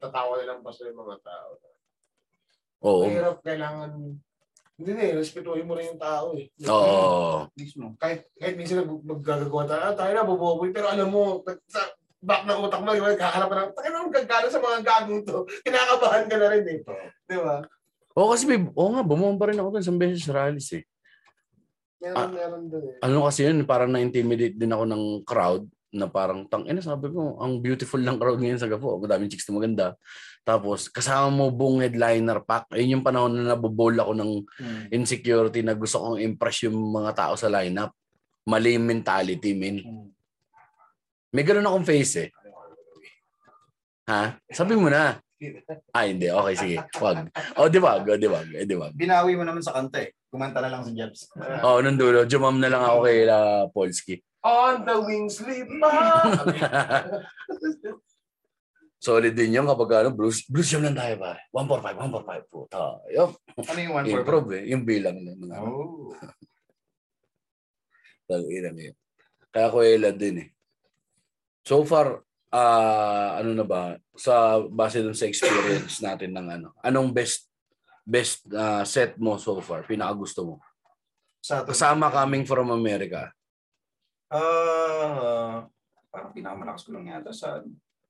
Speaker 3: tatawa na lang basta yung mga tao.
Speaker 1: Oo.
Speaker 3: Mahirap kailangan hindi na eh, respetuhin mo rin yung tao eh.
Speaker 1: Oo.
Speaker 2: Mismo.
Speaker 3: kahit kahit minsan nag- maggagawa tayo, ah, tayo na, boboboy. Pero alam mo, pag- sa back ng utak mo, yung kakalap ka na, tayo na, gagano sa mga gagong to. [laughs] Kinakabahan ka na rin eh. Di ba?
Speaker 1: Oo, kasi may... Oo nga, bumomba rin ako dun isang beses sa rallies eh.
Speaker 3: Meron,
Speaker 1: Ah.
Speaker 3: meron doon eh.
Speaker 1: Ano kasi yun, parang na-intimidate din ako ng crowd na parang tang ina sabi ko ang beautiful ng crowd ngayon sa Gapo madaming chicks na maganda tapos kasama mo buong headliner pack ayun yung panahon na nabobol ako ng
Speaker 2: Hmm.
Speaker 1: insecurity na gusto kong impress yung mga tao sa lineup. Mali yung mentality, min.
Speaker 2: Hmm.
Speaker 1: May ganun akong face eh. Ha? Sabi mo na. Ah, hindi. Okay, sige. Wag. O, di wag. O, di wag. Eh, di wag.
Speaker 2: Binawi mo naman sa kanta eh. Kumanta na lang sa Jebs.
Speaker 1: O, nung dulo, jumam na lang ako kay ah, la Polski.
Speaker 3: On the wings sleep pa!
Speaker 1: Solid din yun kapag ano, blues, blues jam lang tayo pare. 145, 145. Puta. Yup.
Speaker 2: Ano yung one for
Speaker 1: Improve eh. Yung bilang ng mga
Speaker 2: Oh.
Speaker 1: Tangina na yun. Kaya Kuwela din eh. So far, ah ano na ba, sa base dun sa experience natin ng ano, anong best best ah, set mo so far, pinaka gusto mo?
Speaker 2: Sa
Speaker 1: Kasama coming from America.
Speaker 2: Ah, parang pinakamalakas ko lang yata sa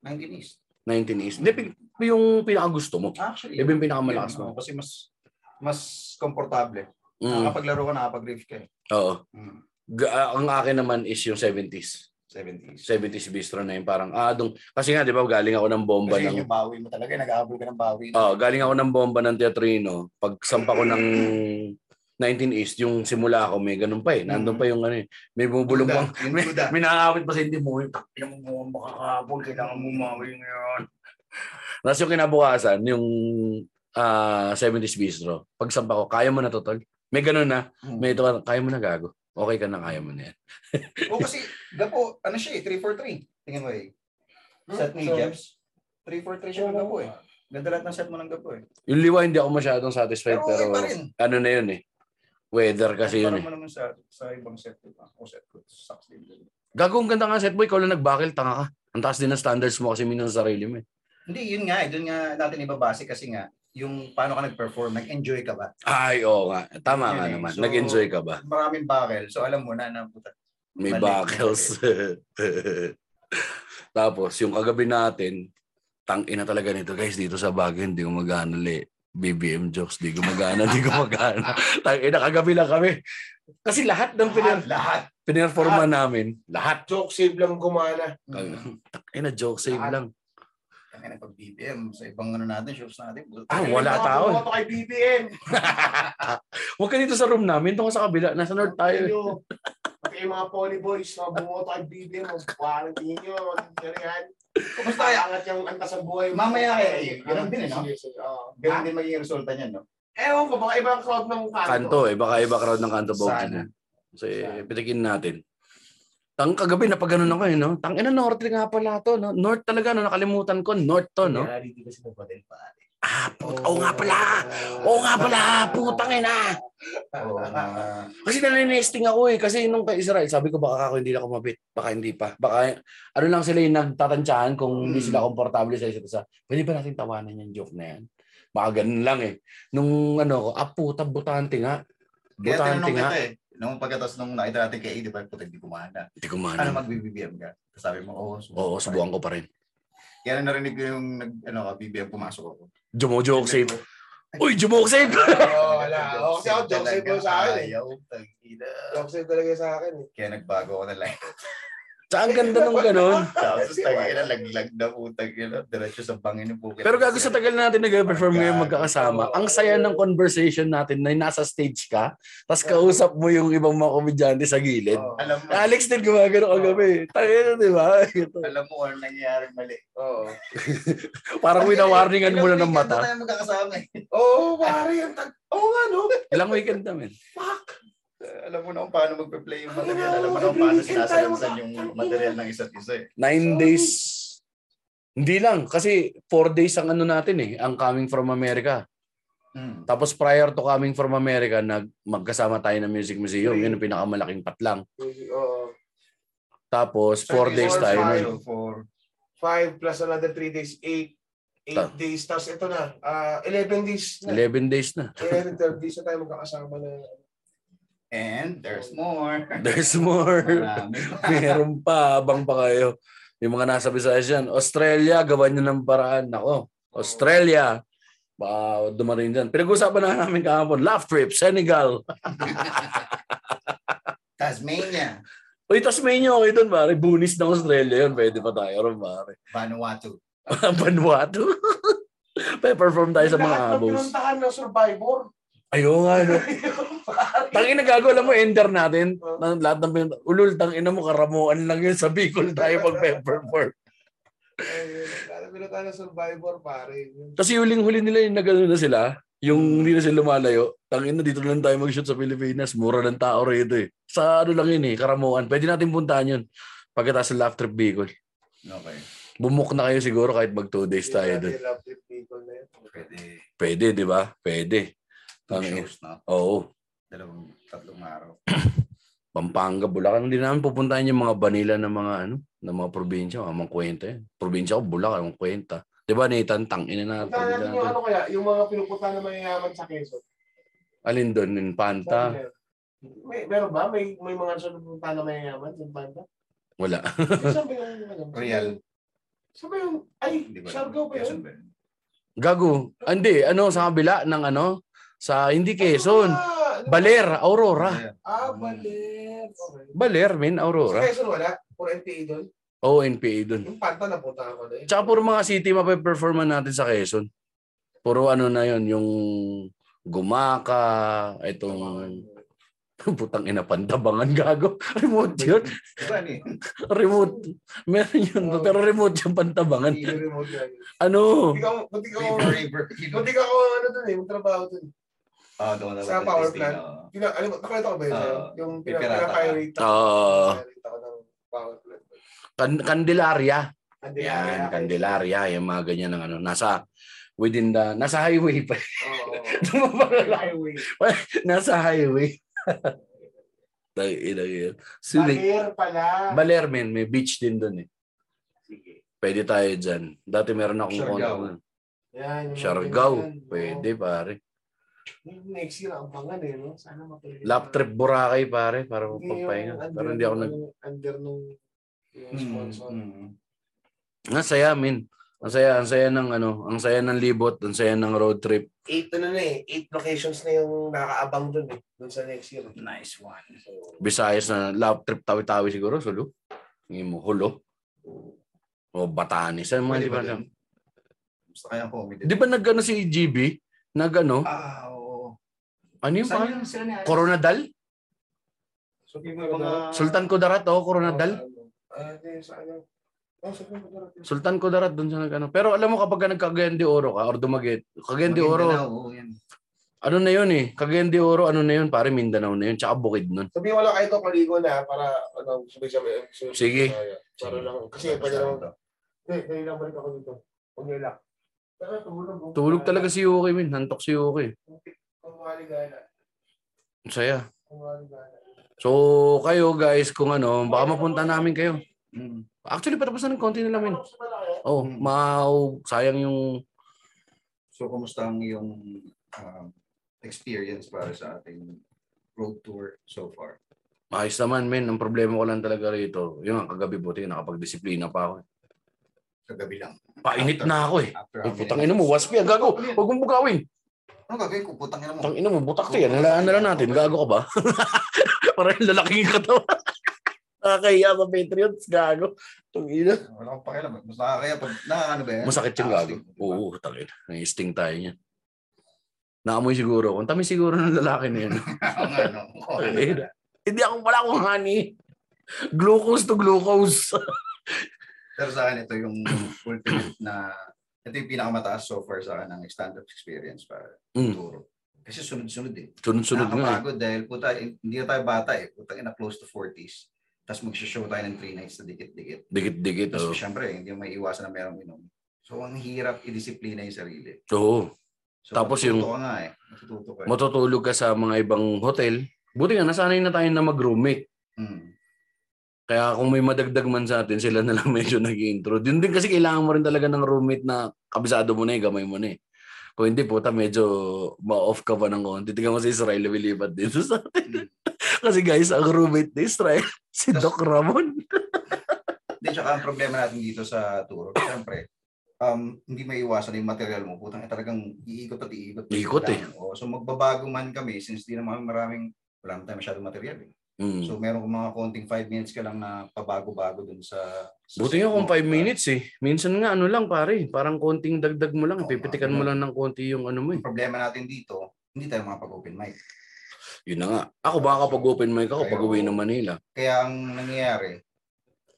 Speaker 2: 19 East.
Speaker 1: 19 East. Hindi, pi- yung pinaka gusto mo.
Speaker 2: Actually,
Speaker 1: Iba yung pinakamalakas
Speaker 2: yun,
Speaker 1: mo.
Speaker 2: oo, Kasi mas mas komportable.
Speaker 1: Mm,
Speaker 2: Nakapaglaro ka, nakapag-riff ka. eh.
Speaker 1: oo.
Speaker 2: Mm.
Speaker 1: Ga- ah, ang akin naman is yung 70s.
Speaker 2: 70s.
Speaker 1: 70s bistro na yun. Parang, ah, dong, kasi nga, di ba, galing ako ng bomba
Speaker 2: Kasi
Speaker 1: ng...
Speaker 2: yun yung bawi mo talaga. Nag-aabol ka ng bawi.
Speaker 1: Ah, galing ako ng bomba ng Teatrino. Pag sampa ko ng 19 East, yung simula ako, may ganun pa eh. Nandun pa yung ano eh. May bubulong pang...
Speaker 2: Yung
Speaker 1: May,
Speaker 2: duda.
Speaker 1: may nakakawit pa sa hindi mo. Yung takpin mo mo, makakapon. Kailangan mo mawin ngayon. Tapos yung kinabukasan, yung ah 70s Bistro. Pag sampa ko, kaya mo na to, tol. May ganun na.
Speaker 2: Mm.
Speaker 1: May ito ka, kaya mo na gago. Okay ka na, kaya mo na yan.
Speaker 2: O kasi, gapo, ano siya eh, 3-4-3. Tingin mo eh. [laughs] Set ni
Speaker 3: So,
Speaker 2: Jeps. 3-4-3 siya ng gapo eh. Ganda lahat ng set mo ng gapo eh.
Speaker 1: Yung liwa, hindi ako masyadong satisfied.
Speaker 2: Pero
Speaker 1: Pero,
Speaker 2: okay pa rin.
Speaker 1: ano na yun eh. Weather kasi yun eh.
Speaker 2: Parang mo naman sa, sa ibang set, di ba? O set ko, sucks din.
Speaker 1: Gago, ang ganda nga set boy. Ikaw lang nagbakil, tanga ka. Ang taas din ng standards mo kasi minsan sa sarili mo eh.
Speaker 2: Hindi, yun nga eh. Doon nga natin ibabase kasi nga, yung paano ka nag-perform, nag-enjoy ka ba?
Speaker 1: Ay, oo nga. Tama
Speaker 2: Yun
Speaker 1: nga
Speaker 2: eh.
Speaker 1: naman.
Speaker 2: So,
Speaker 1: Nag-enjoy ka ba?
Speaker 2: Maraming barrel, so alam mo na na puta.
Speaker 1: May
Speaker 2: balik.
Speaker 1: buckles. [laughs] Tapos, yung kagabi natin, tang ina talaga nito guys dito sa bagay hindi gumagana li BBM jokes di gumagana di gumagana tang ina kagabi lang kami kasi lahat ng
Speaker 2: Lahat,
Speaker 1: piner-
Speaker 2: lahat.
Speaker 1: pinerforma namin lahat
Speaker 3: Joke save lang gumana.
Speaker 1: Tang ina joke save lang
Speaker 2: Lahat. Kaya na Hmm. pag BPM, sa ibang ano natin, shows natin. puta.
Speaker 1: Ah, wala tao.
Speaker 3: Ito kay BBM.
Speaker 1: huwag ka dito sa room namin doon ka sa kabila nasa north tayo eh.
Speaker 3: Kayo, Pati yung mga poly boys, mga bumoto kay BBM, ang parang tingin nyo, ang ganyan.
Speaker 2: Kumusta
Speaker 3: Kaya
Speaker 2: kaya?
Speaker 3: angat yung antas sa buhay. mo.
Speaker 2: Mamaya kaya, eh, ganun din eh, no?
Speaker 3: Sige, sige, oo.
Speaker 2: Ganun din magiging resulta niyan, no?
Speaker 3: Ewan ko, baka ibang crowd ng kanto.
Speaker 1: kanto eh baka iba crowd ng kanto ba
Speaker 2: Sana.
Speaker 1: So,
Speaker 2: Sana.
Speaker 1: pitikin natin. Tang kagabi na pag ako eh, no? Tang ina north nga pala to, no? North talaga no nakalimutan ko, north to, no?
Speaker 2: Reality kasi ng model pa.
Speaker 1: Ah, put- oo nga pala. Oo nga pala, putang ina.
Speaker 2: Oo. nga.
Speaker 1: Kasi naninesting ako eh kasi nung kay Israel, sabi ko baka ako hindi na kumapit, baka hindi pa. Baka ano lang sila yung nagtatantsahan kung hindi
Speaker 2: Mm.
Speaker 1: sila komportable sa isa't isa. Pwede ba natin tawanan yung joke na yan? Baka ganun lang eh. Nung ano ko, ah puta, butante nga.
Speaker 2: Kaya
Speaker 1: Butante
Speaker 2: tinanong
Speaker 1: nga.
Speaker 2: kita eh. Nung pagkatas nung nakita natin kay A, di ba, puta, hindi kumana.
Speaker 1: Hindi ko man.
Speaker 2: Ano mag-BBM ka? Sabi mo, oo.
Speaker 1: Oo, subukan ko pa rin.
Speaker 2: Kaya nung narinig ko yung nag, ano, ka, BBM, pumasok ako.
Speaker 1: Jumojoke save. Uy, jumoke save!
Speaker 3: Oo,
Speaker 2: [laughs]
Speaker 3: wala. Oo, kasi ako, joke save mo sa akin eh.
Speaker 2: Ayaw, tangina.
Speaker 3: Joke save talaga sa akin eh.
Speaker 2: Kaya nagbago ako na lang.
Speaker 1: Tsaka ang ganda ng ganun.
Speaker 2: [laughs] Tapos tangina, laglag na putang ina. Diretso sa bangin yung bukit.
Speaker 1: [laughs] Pero gago sa tagal natin nag-perform ngayon magkakasama, ang saya ng conversation natin na nasa stage ka, tapos kausap mo yung ibang mga komedyante sa gilid.
Speaker 3: Oo.
Speaker 2: Alam mo,
Speaker 1: Alex din gumagano kagabi. Tayo na, di ba? Ito.
Speaker 2: alam mo, ano nangyayari mali.
Speaker 3: [laughs] Oo.
Speaker 1: Parang winawarningan mo na ng
Speaker 2: Ilang weekend na
Speaker 1: mata.
Speaker 2: tayo magkakasama eh.
Speaker 3: Oo, pare, ang tag... Oo nga, no?
Speaker 1: Ilang weekend namin.
Speaker 3: Fuck!
Speaker 2: Uh, alam mo na kung paano magpe-play yung
Speaker 3: Ay,
Speaker 2: material.
Speaker 3: no,
Speaker 2: Alam mo na kung paano
Speaker 3: every weekend tayo
Speaker 2: sinasalansan yung
Speaker 3: magkakasama.
Speaker 2: material ng isa't isa eh.
Speaker 1: Nine
Speaker 3: Sorry.
Speaker 1: days. Hindi lang. Kasi four days ang ano natin eh. Ang coming from America.
Speaker 2: Hmm.
Speaker 1: Tapos prior to coming from America, nag magkasama tayo ng Music Museum. Yun ang pinakamalaking patlang.
Speaker 3: Oo.
Speaker 1: Tapos four
Speaker 3: Sorry,
Speaker 1: days
Speaker 3: sorry,
Speaker 1: tayo.
Speaker 3: sorry.
Speaker 1: nun.
Speaker 2: For,
Speaker 3: Five plus another three days, eight. Eight
Speaker 1: Ta-
Speaker 3: days. Tapos ito na, ah, 11 days na.
Speaker 1: 11 days na.
Speaker 3: 11, 12 days na tayo magkakasama na.
Speaker 2: and there's more. [laughs]
Speaker 1: There's more.
Speaker 2: Marami.
Speaker 1: Meron pa. Abang pa kayo. Yung mga nasa Visayas yan. Australia, gawan nyo ng paraan. Ako. Australia. Baka dumarin dyan. Pinag-usapan na namin kahapon. Love trip, Senegal.
Speaker 2: Tasmania,
Speaker 1: Uy, Tasmania, okay doon, pare. Bunis ng Australia yun. Pwede pa tayo ron, pare. [laughs]
Speaker 2: Vanuatu.
Speaker 1: Vanuatu. Pe-perform tayo sa mga
Speaker 3: Lahat ng
Speaker 1: abos.
Speaker 3: pinuntahan ng Survivor. [laughs]
Speaker 1: Ayun nga, no? Tangin na gago, alam mo, ender natin.
Speaker 3: Oh.
Speaker 1: Na, lahat ng pinunta. Ulul, tangin mo, karamuan lang yun. Sa Bicol tayo pag-perform.
Speaker 3: Ayun, lahat ng pinuntahan ng Survivor, pare.
Speaker 1: Kasi huling-huli nila yung nagano na sila, yung hindi na sila lumalayo, tangin na dito na lang tayo mag-shoot sa Pilipinas. Mura ng tao rito eh. Sa ano lang yun eh, karamuan. Pwede natin puntahan yun. Pagkatapos sa laugh trip Bicol.
Speaker 2: Okay.
Speaker 1: Bumuk na kayo siguro kahit mag two days tayo doon.
Speaker 3: Yung love trip people na yun.
Speaker 2: Pwede.
Speaker 1: Pwede, di ba? Pwede.
Speaker 2: Two
Speaker 1: Ang-
Speaker 2: shows na.
Speaker 1: Oo.
Speaker 2: Dalawang, tatlong araw.
Speaker 1: Pampanga, Bulacan. Hindi namin pupuntahan yung mga banila ng mga ano, ng mga probinsya. Mga mga kwenta yan. Probinsya ko, Bulacan, mga kwenta. Di ba, Nathan, tang, ina na.
Speaker 3: Puntahan
Speaker 1: pwede
Speaker 3: natin yung
Speaker 1: natin.
Speaker 3: ano kaya, yung mga pinupuntahan ng mayayaman sa Quezon.
Speaker 1: Alin doon, yung Panta.
Speaker 3: Sabi niya, May, meron ba? May, may mga sa pinupuntahan ng mayayaman sa banda?
Speaker 1: Wala.
Speaker 3: Saan ba yung... ano?
Speaker 2: Real.
Speaker 3: Saan ba yung... Ay,
Speaker 2: Hindi ba?
Speaker 3: Siargao ba yun?
Speaker 2: Quezon ba yun?
Speaker 1: Gago. Hindi, ano, sa kabila ng ano, sa, hindi Quezon.
Speaker 3: Ah, ano ba?
Speaker 1: Baler, Aurora.
Speaker 2: Yeah.
Speaker 3: Ah, Baler. Okay.
Speaker 1: Baler, men,
Speaker 3: Sa
Speaker 1: Aurora.
Speaker 3: Quezon wala? Or NPA doon?
Speaker 1: Oo, NPA doon.
Speaker 3: Yung Panta napunta ako na eh.
Speaker 1: Tsaka puro mga city mape-performan natin sa Quezon. Puro ano na yon yung Gumaka, itong [laughs] putang ina pantabangan gago. [laughs] Remote yun.
Speaker 2: Diba
Speaker 3: [laughs]
Speaker 2: ano yun?
Speaker 1: Remote. Meron yun.
Speaker 3: Oo.
Speaker 1: Pero remote yung pantabangan.
Speaker 3: Hindi remote yan.
Speaker 1: Ano?
Speaker 3: Buti ka, buti ka,
Speaker 2: River, river. Hilo.
Speaker 3: [laughs] buti ka ako ano doon eh, magtrabaho doon.
Speaker 2: Ah, doon na
Speaker 3: Sa
Speaker 2: ba?
Speaker 3: power
Speaker 2: Disney
Speaker 3: plant.
Speaker 2: na-
Speaker 3: Pina, ano, ba- nakita ko ba yun?
Speaker 2: Oo.
Speaker 3: yung
Speaker 2: May
Speaker 3: pina,
Speaker 2: pirata ka.
Speaker 3: pirate ako.
Speaker 1: Oo.
Speaker 3: Pirate ako ng power plant.
Speaker 1: Kan- Candelaria.
Speaker 3: Hindi,
Speaker 1: Yan, Candelaria. Yung mga ganyan ng ano. Nasa within the, nasa highway pa. [laughs]
Speaker 3: Oo.
Speaker 1: Tumabang-
Speaker 3: Highway.
Speaker 1: nasa [laughs] highway. Tangina yun. Sulit.
Speaker 3: Baler pala.
Speaker 1: Baler, men. eh? May beach din doon eh.
Speaker 3: Sige.
Speaker 1: Pwede tayo dyan. Dati meron akong
Speaker 2: Siargao.
Speaker 1: contact na.
Speaker 3: Yan. yung mga
Speaker 1: Siargao.
Speaker 3: ganyan. Oo.
Speaker 1: Pwede, pare.
Speaker 3: Next year, ang bangan eh, no? Sana matuloy.
Speaker 1: Lap trip Boracay, pare. Para
Speaker 3: Hindi yung
Speaker 1: magpapahinga.
Speaker 3: under
Speaker 1: Pero hindi ako nag... Hmm.
Speaker 3: nung- Under nung yung
Speaker 2: Mm,
Speaker 3: sponsor.
Speaker 2: mm.
Speaker 1: Ang saya, men. Ang saya, ang saya ng ano, ang saya ng libot, ang saya ng road trip.
Speaker 3: Eight ano na eh. Eight locations na yung nakaabang dun eh. Dun sa next year.
Speaker 2: Nice one.
Speaker 3: So,
Speaker 1: Visayas na lap trip tawi-tawi siguro, sulu. Hindi mo, hulo. O Batanes. Ano mga,
Speaker 2: Pwede
Speaker 1: di ba?
Speaker 2: ba
Speaker 1: alam?
Speaker 2: dun? Gusto kayang comedy.
Speaker 1: Di ba nag-ano si GB? Nag-ano?
Speaker 2: Ah, oo.
Speaker 1: Ano yung
Speaker 2: Saan
Speaker 1: pangalan?
Speaker 2: yun Ah. sila ni Alex?
Speaker 1: Coronadal?
Speaker 3: so
Speaker 2: Yung mga-
Speaker 1: Sultan Kudarat, oh, Coronadal.
Speaker 3: Ah, di, sa ano. Oh, sa Kudarat.
Speaker 1: Sultan Kudarat doon sa nagano. ano. Pero alam mo kapag ka nagkagayan de oro ka or dumaget, Cagayan de Oro,
Speaker 2: Maguindanao, oo, yan.
Speaker 1: ano na yun eh. Cagayan de Oro, ano na yun, pare Mindanao na yun, tsaka bukid nun.
Speaker 3: Sabihin wala kayo to paligo na para ano, sabi siya. eh, sabi-
Speaker 1: Sige.
Speaker 3: Para lang. Kasi pwede lang. Eh, pwede lang balik ako dito. Huwag nila. Tara, tulog. oh.
Speaker 1: Tulog talaga si Yuki, min. Hantok si Yuki.
Speaker 3: Kung maligala.
Speaker 1: Ang Saya.
Speaker 3: Kung maligala.
Speaker 1: So, kayo guys, kung ano, baka mapunta namin kayo.
Speaker 2: Mm.
Speaker 1: Actually, patapos na ng konti na namin.
Speaker 3: Ano, sa malaki?
Speaker 1: Oh,
Speaker 2: Hmm.
Speaker 1: maaw, sayang yung...
Speaker 2: So, kumusta ang iyong um, experience para sa ating road tour so far?
Speaker 1: Ayos naman, men. Ang problema ko lang talaga rito. Yun, nga, kagabi buti, nakapagdisiplina pa ako.
Speaker 2: sa gabi lang.
Speaker 1: Painit na ako eh.
Speaker 2: After
Speaker 1: Ay,
Speaker 2: how many
Speaker 1: putang ina mo, wasp yan. Gago, huwag mong bugawin.
Speaker 2: Ano gagawin ko? Putang ina mo.
Speaker 1: Putang ina mo, butak to yan. Halaan na lang natin. Gago ka ba? [laughs] Parang lalaking katawan. [laughs] Nakakahiya sa Patriots. Gago. Tang ina.
Speaker 2: Wala akong pakialam. eh. Mas nakakaya pag nakakano ba yan? diba?
Speaker 1: Masakit yung gago.
Speaker 2: Nakakastig, di [laughs] ba?
Speaker 1: Oo, tangin. Nai-sting tayo niya. Naamoy siguro. Ang tamis siguro ng lalaki na yan.
Speaker 2: Oo nga, no.
Speaker 1: [laughs]
Speaker 2: Oo.
Speaker 1: Tangina. [laughs] Hindi ako wala akong honey. Glucose to glucose. [laughs]
Speaker 2: Pero sa akin, ito yung ultimate na, ito yung pinakamataas so far sa akin ng stand-up experience para
Speaker 1: Mm.
Speaker 2: turo. Kasi sunod-sunod eh.
Speaker 1: Sunod-sunod nga. eh.
Speaker 2: Nakakapagod dahil puta, eh, hindi na tayo bata eh. Puta, na close to 40s. Tapos mag-show tayo ng 3 nights na dikit-dikit.
Speaker 1: Dikit-dikit. oh.
Speaker 2: Tapos
Speaker 1: Oo.
Speaker 2: syempre, hindi mo may iwasan na merong inom. So, ang hirap i-disiplina yung sarili.
Speaker 1: Oo.
Speaker 2: So,
Speaker 1: Tapos
Speaker 2: matututo
Speaker 1: yung-
Speaker 2: ka nga eh. Matututo ka. eh.
Speaker 1: oh, Matutulog ka sa mga ibang hotel. Buti nga, nasanay na tayo na mag-roommate.
Speaker 2: Mm.
Speaker 1: Kaya kung may madagdag man sa atin, sila na lang [laughs] medyo nag intro Yun din kasi kailangan mo rin talaga ng roommate na kabisado mo na eh, gamay mo na eh. Kung hindi puta, medyo ma-off ka pa ng konti. Tingnan mo si Israel, lumilipat dito sa
Speaker 2: Hmm.
Speaker 1: atin. [laughs] kasi guys, ang roommate ni Israel, [laughs] si
Speaker 2: Tas-
Speaker 1: Doc Ramon.
Speaker 2: Hindi, tsaka ang problema natin dito sa turo, syempre, um, hindi may iwasan yung material mo. Putang, eh, talagang iikot at iikot.
Speaker 1: Iikot eh.
Speaker 2: Lang. O, so magbabago man kami since di naman maraming, wala naman tayo masyadong material. Eh.
Speaker 1: Mm.
Speaker 2: So meron kong mga konting 5 minutes ka lang na pabago-bago dun sa... sa
Speaker 1: Buti
Speaker 2: set
Speaker 1: nga kung
Speaker 2: mo.
Speaker 1: 5 minutes eh. Minsan nga ano lang pare, parang konting dagdag mo lang,
Speaker 2: Oo,
Speaker 1: pipitikan
Speaker 2: nga.
Speaker 1: mo lang ng konti yung ano mo eh.
Speaker 2: Ang problema natin dito, hindi tayo makapag-open mic.
Speaker 1: Yun na nga. Ako baka pag open mic ako pag uwi ng Manila.
Speaker 2: Kaya ang nangyayari,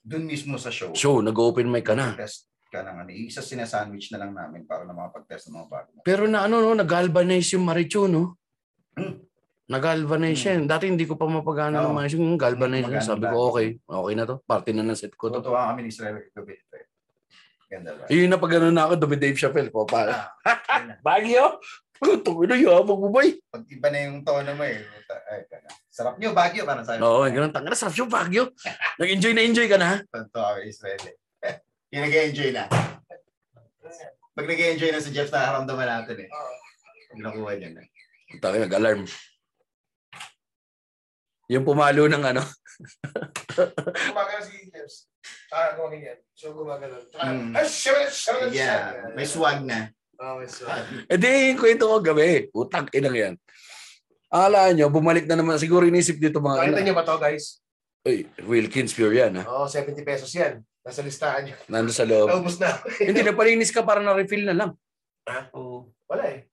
Speaker 2: dun mismo sa show,
Speaker 1: So, nag-open mic ka na.
Speaker 2: test ka na nga. eh. Isa sinasandwich na lang namin para na makapag-test ng mga bago.
Speaker 1: Pero na ano no, nag-galvanize yung Marichu no. [clears throat]
Speaker 2: Hmm.
Speaker 1: Nag-galvanize
Speaker 2: Hmm.
Speaker 1: yan. Dati hindi ko pa mapagana
Speaker 2: Oo.
Speaker 1: ng mga yung galvanize yan.
Speaker 2: Maganda.
Speaker 1: Sabi ko, okay. Okay na to. Parte na ng set ko to.
Speaker 2: Tutuwa kami ni Israel Gabi. Ganda ba?
Speaker 1: Yun na pag ano na ako, dumi Dave Chappelle po. Pa.
Speaker 2: Ah, yun na.
Speaker 1: Bagyo! Tungin na yung habang bubay.
Speaker 2: Pag iba na yung tono mo eh. puta, Ay, kaya. Sarap nyo, Baguio. Parang sabi.
Speaker 1: Oo, ganun. Tanga na, sarap yung Bagyo. Nag-enjoy na enjoy ka na.
Speaker 2: Tutuwa kami Israel. eh. [laughs] yung nag-enjoy na. Pag nag-enjoy na si Jeff, nakaramdaman natin eh. Pag nakuha niya na.
Speaker 1: Tanga, nag-alarm. Yung pumalo ng ano. [laughs]
Speaker 3: Gumagana si Jeps. Ah, gumaganyan. So, gumagana. Tsaka,
Speaker 1: Hmm.
Speaker 2: Mm.
Speaker 3: ah, shit, shit, shit.
Speaker 2: Yeah, ah, may swag na.
Speaker 3: Oh, may swag.
Speaker 1: E di, yung kwento ko gabi. Utang, inang yan. Akala nyo, bumalik na naman. Siguro inisip dito mga
Speaker 3: Nakita
Speaker 1: ina.
Speaker 3: niyo ba to, guys?
Speaker 1: Uy, Wilkins Pure yan, ha?
Speaker 3: Oo, 70 pesos yan. Nasa listahan niyo.
Speaker 1: Nandun sa loob.
Speaker 3: Naubos na. Ah,
Speaker 1: Hindi, napalinis ka para na-refill na lang. Ah,
Speaker 2: Oo.
Speaker 3: Wala eh.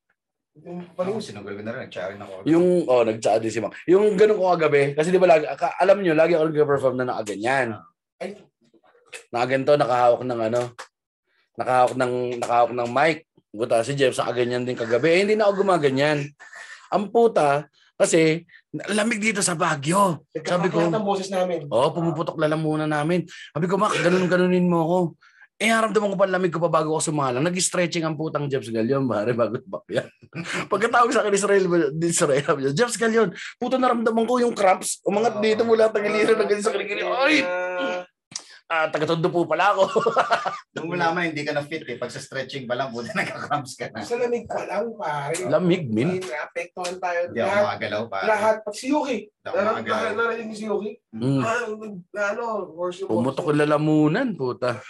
Speaker 3: Yung
Speaker 2: Parang
Speaker 3: Palusin.
Speaker 2: Ano, sinugol ko na rin. Nag-charin ako.
Speaker 1: Yung, oh, nag-chat din si Mac. Yung ganun ko kagabi, kasi di ba, lagi, ka- alam nyo, lagi ako nag-perform na nakaganyan.
Speaker 3: Ay,
Speaker 1: Nakaganto, nakahawak ng ano, nakahawak ng, nakahawak ng mic. Buta si Jeff, sa kaganyan din kagabi. Eh, hindi na ako gumaganyan. Ang puta, kasi, lamig dito sa Baguio. Sabi ko-
Speaker 3: nagkakakilat ang boses namin.
Speaker 1: Oo, oh, pumuputok na lang muna namin. Sabi ko, Mac, ganun-ganunin mo ako. Eh, haramdaman ko pa lamig ko pa bago ako sumalang. Nag-stretching ang putang Jeps Galion, pare, bago bakyan. [laughs] Pagkatawag sa akin ni Israel, ni Israel, sabi niya, Jeps Galion, puto naramdaman ko yung cramps. Umangat dito mula tagiliran na ganyan sa kilikili. Ah. Ay! Ah, tagatondo po pala ako. [laughs]
Speaker 2: Nung malaman, hindi ka na fit eh. Pag sa stretching pa lang, buta [laughs] nagka-cramps ka na.
Speaker 3: Sa lamig pa lang, pare.
Speaker 1: Lamig, min.
Speaker 3: Ay, Naapektuhan tayo.
Speaker 2: Hindi ako
Speaker 3: Lahat,
Speaker 2: makagalaw pa.
Speaker 3: lahat. Pag si Yuki.
Speaker 2: Hindi ako
Speaker 3: Nar-
Speaker 2: makagalaw.
Speaker 3: nar- Narinig ni si Yuki.
Speaker 2: Hmm.
Speaker 1: Mm.
Speaker 3: Ah, nag- ano, worship.
Speaker 1: Pumutok yung lalamunan, puta.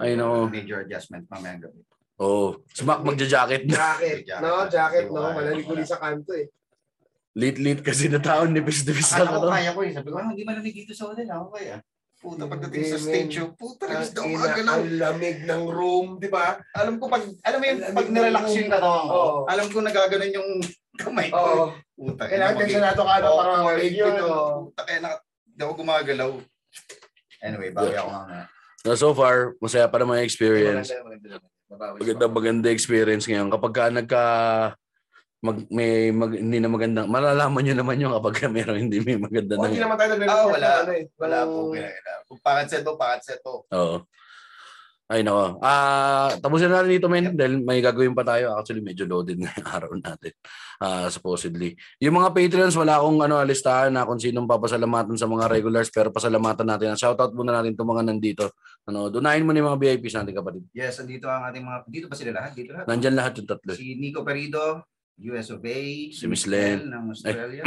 Speaker 1: Ay, no.
Speaker 2: Major adjustment mamayang gabi.
Speaker 1: Oo. Oh, smack magja-jacket [laughs] na.
Speaker 3: Jacket. No, jacket, no. Malalig ko sa kanto eh.
Speaker 1: Lit-lit kasi na taon, nipis-nipis
Speaker 2: Akala ko
Speaker 1: ako.
Speaker 2: kaya ko eh. Sabi ko, ah, hindi malamig dito sa hotel. Ako kaya. Puta, pagdating sa
Speaker 3: Hindi,
Speaker 2: stage
Speaker 3: man.
Speaker 2: show, puta,
Speaker 3: Ang
Speaker 2: nagis na
Speaker 3: ina,
Speaker 2: umagalaw.
Speaker 3: ang lamig ng room, di ba?
Speaker 2: Alam ko, pag, alam mo yung pag
Speaker 3: Ang lamig
Speaker 2: nirelax
Speaker 3: ng-
Speaker 2: yung katawan ko,
Speaker 3: Oo.
Speaker 2: alam ko nagaganon yung kamay ko.
Speaker 3: Oo.
Speaker 2: Puta,
Speaker 3: Kailangan
Speaker 2: ina,
Speaker 3: tension na ito ka na ano?
Speaker 2: Oo,
Speaker 3: para
Speaker 2: kumalig
Speaker 3: malig yun.
Speaker 2: yun.
Speaker 3: oo.
Speaker 2: Puta, kaya naka, hindi ako gumagalaw. Anyway, bawi ako nga.
Speaker 1: So, so far, masaya pa naman yung experience.
Speaker 2: Maganda, maganda.
Speaker 1: maganda maganda experience ngayon kapag ka nagka mag, may mag, hindi na maganda malalaman niyo naman yung kapag ka merong hindi may maganda
Speaker 3: Oh, Hindi
Speaker 1: na
Speaker 3: naman tayo
Speaker 2: Ah,
Speaker 3: nag-report
Speaker 2: wala.
Speaker 3: ng ano eh.
Speaker 2: Wala
Speaker 3: ng-
Speaker 2: po, kailangan. Kung pakanset po, pakanset po.
Speaker 1: oo ay nako ah tapusin na natin dito men dahil may gagawin pa tayo actually medyo loaded na yung [laughs] araw natin ah supposedly yung mga patrons wala akong ano listahan na kung sinong papasalamatan sa mga regulars pero pasalamatan natin shoutout muna natin itong mga nandito ano dunahin mo na yung mga VIPs natin kapatid
Speaker 2: Yes, andito ang ating mga, dito ba sila lahat? Dito lahat?
Speaker 1: nandyan lahat yung tatlo eh.
Speaker 2: Si Nico Perido, US of A.
Speaker 1: Si Miss Len.
Speaker 2: ng
Speaker 1: [clears throat]
Speaker 2: Australia.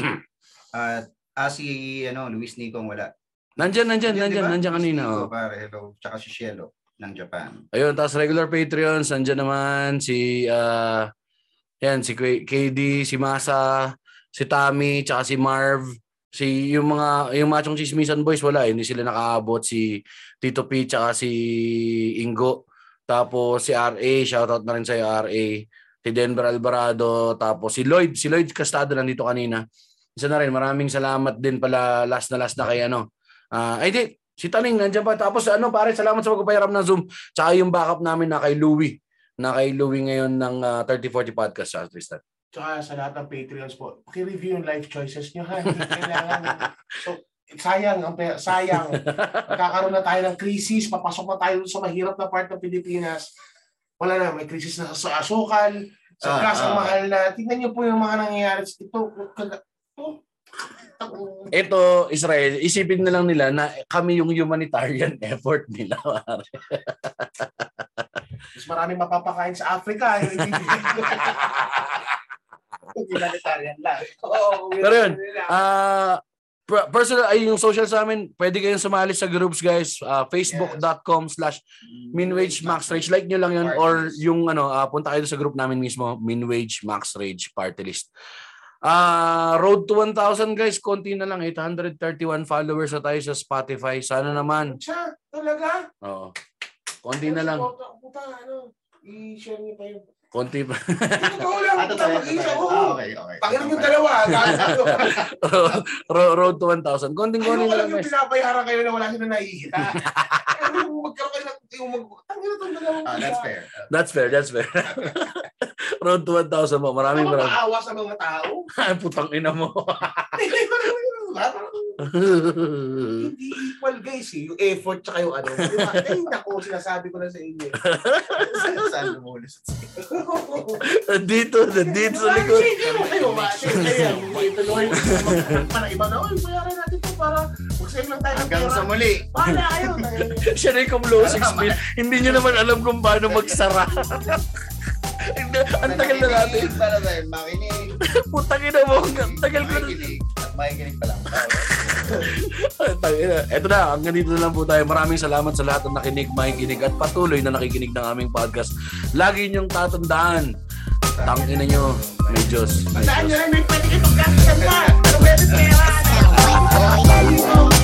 Speaker 2: At ah, si ano, Luis Nico ang wala.
Speaker 1: nandyan nandyan
Speaker 2: Yun, di
Speaker 1: nandyan
Speaker 2: ba?
Speaker 1: nandyan
Speaker 2: Luis
Speaker 1: kanina
Speaker 2: Nico,
Speaker 1: oh.
Speaker 2: pare, hello. Tsaka si Shelo. ng Japan.
Speaker 1: Ayun, tapos regular Patreons, andyan naman si, ah, yan, si K- KD, si Masa, si Tommy, tsaka si Marv. Si, yung mga, yung machong chismisan boys, wala, hindi sila nakaabot. Si Tito P, tsaka si Ingo. Tapos si RA, shoutout na rin sa'yo RA. Si Denver Alvarado, tapos si Lloyd, si Lloyd Castado nandito kanina. Isa na rin, maraming salamat din pala last na last na kay ano. Ah, ay di, si Taning nandiyan pa. Tapos ano pare, salamat sa pagpapayaram ng Zoom. Tsaka yung backup namin na kay Louie. Na kay Louie ngayon ng ah, 3040 Podcast sa Tristan.
Speaker 3: Tsaka sa lahat ng Patreons po, pakireview yung life choices nyo ha. Hindi kailangan. So, sayang, ang pera, sayang. Magkakaroon na tayo ng krisis, papasok na tayo sa mahirap na part ng Pilipinas. Wala na, may krisis na sa asukal, sa
Speaker 2: Ah,
Speaker 3: gas ang
Speaker 2: ah.
Speaker 3: mahal na. Tingnan niyo po yung mga nangyayari. sa- Ito, oh, kaga- ito.
Speaker 1: Ito, Israel, isipin na lang nila na kami yung humanitarian [laughs] effort nila. pare.
Speaker 3: Mas marami mapapakain sa Africa. Yung humanitarian lang. Oo,
Speaker 1: Pero yun,
Speaker 3: humanitarian lang.
Speaker 1: Ah, per- personal ay yung social sa amin, pwede kayong sumali sa groups guys, Ah, facebook.com slash minwage max rage like nyo lang yun or yung ano ah, punta kayo sa group namin mismo minwage max rage party list ah road to 1000 guys konti na lang 831 followers na tayo sa Spotify sana naman
Speaker 3: Siya, talaga?
Speaker 1: oo konti na lang
Speaker 3: Puta, puta, ano, i-share niyo pa yun.
Speaker 1: konti pa [laughs]
Speaker 3: Totoo lang,
Speaker 2: Ah,
Speaker 3: puta,
Speaker 2: totoo yan, totoo yan.
Speaker 3: mag-isa.
Speaker 2: Ah,
Speaker 3: Oo.
Speaker 2: okay, okay.
Speaker 3: Pakiram yung
Speaker 2: [laughs]
Speaker 3: dalawa. dahil ano,
Speaker 1: Ro- road to 1000 konting
Speaker 3: Ano
Speaker 1: konti
Speaker 3: ko
Speaker 1: na
Speaker 3: lang
Speaker 1: lang
Speaker 3: yung
Speaker 1: guys
Speaker 3: pinabayaran kayo na wala sila nakikita. Ano yung magkaroon kayo ng... Yung mag... Tangin na itong dalawang
Speaker 2: Ah, that's fair.
Speaker 1: that's fair that's fair [laughs] road to 1000 mo maraming
Speaker 3: Ano
Speaker 1: maraming
Speaker 3: maawa sa mga tao? [laughs]
Speaker 1: [laughs] putang ina mo
Speaker 3: Hindi, parang- parang Hindi equal guys eh. Yung effort tsaka yung ano. Diba? Ay, naku, sinasabi ko na sa inyo. [laughs]
Speaker 2: Saan- Saan lumulis?
Speaker 1: dito dito sa likod
Speaker 3: Hindi mo kayo mati. Kaya, hindi tuloy. Para iba na, oy, bayaran natin to para mag-save lang tayo ng
Speaker 2: Hanggang
Speaker 3: pera.
Speaker 2: sa muli.
Speaker 3: Bahala kayo. tayo.
Speaker 1: Siya na yung kumlosing spiel. Hindi niya naman alam kung paano magsara. ang tagal na natin.
Speaker 2: Makinig, Para tayo makinig.
Speaker 1: Putang ina mo. Ang tagal ko na.
Speaker 2: Makikinig. At makikinig pa lang.
Speaker 1: Ito na, hanggang dito na lang po tayo. Maraming salamat sa lahat ng nakinig, makikinig at patuloy na nakikinig ng aming podcast. Lagi niyong tatandaan. Tangina niyo. May Diyos. May Diyos.
Speaker 3: Tandaan nyo rin, may pwede kayo pagkakasal na. Pero pwede pera. Ano?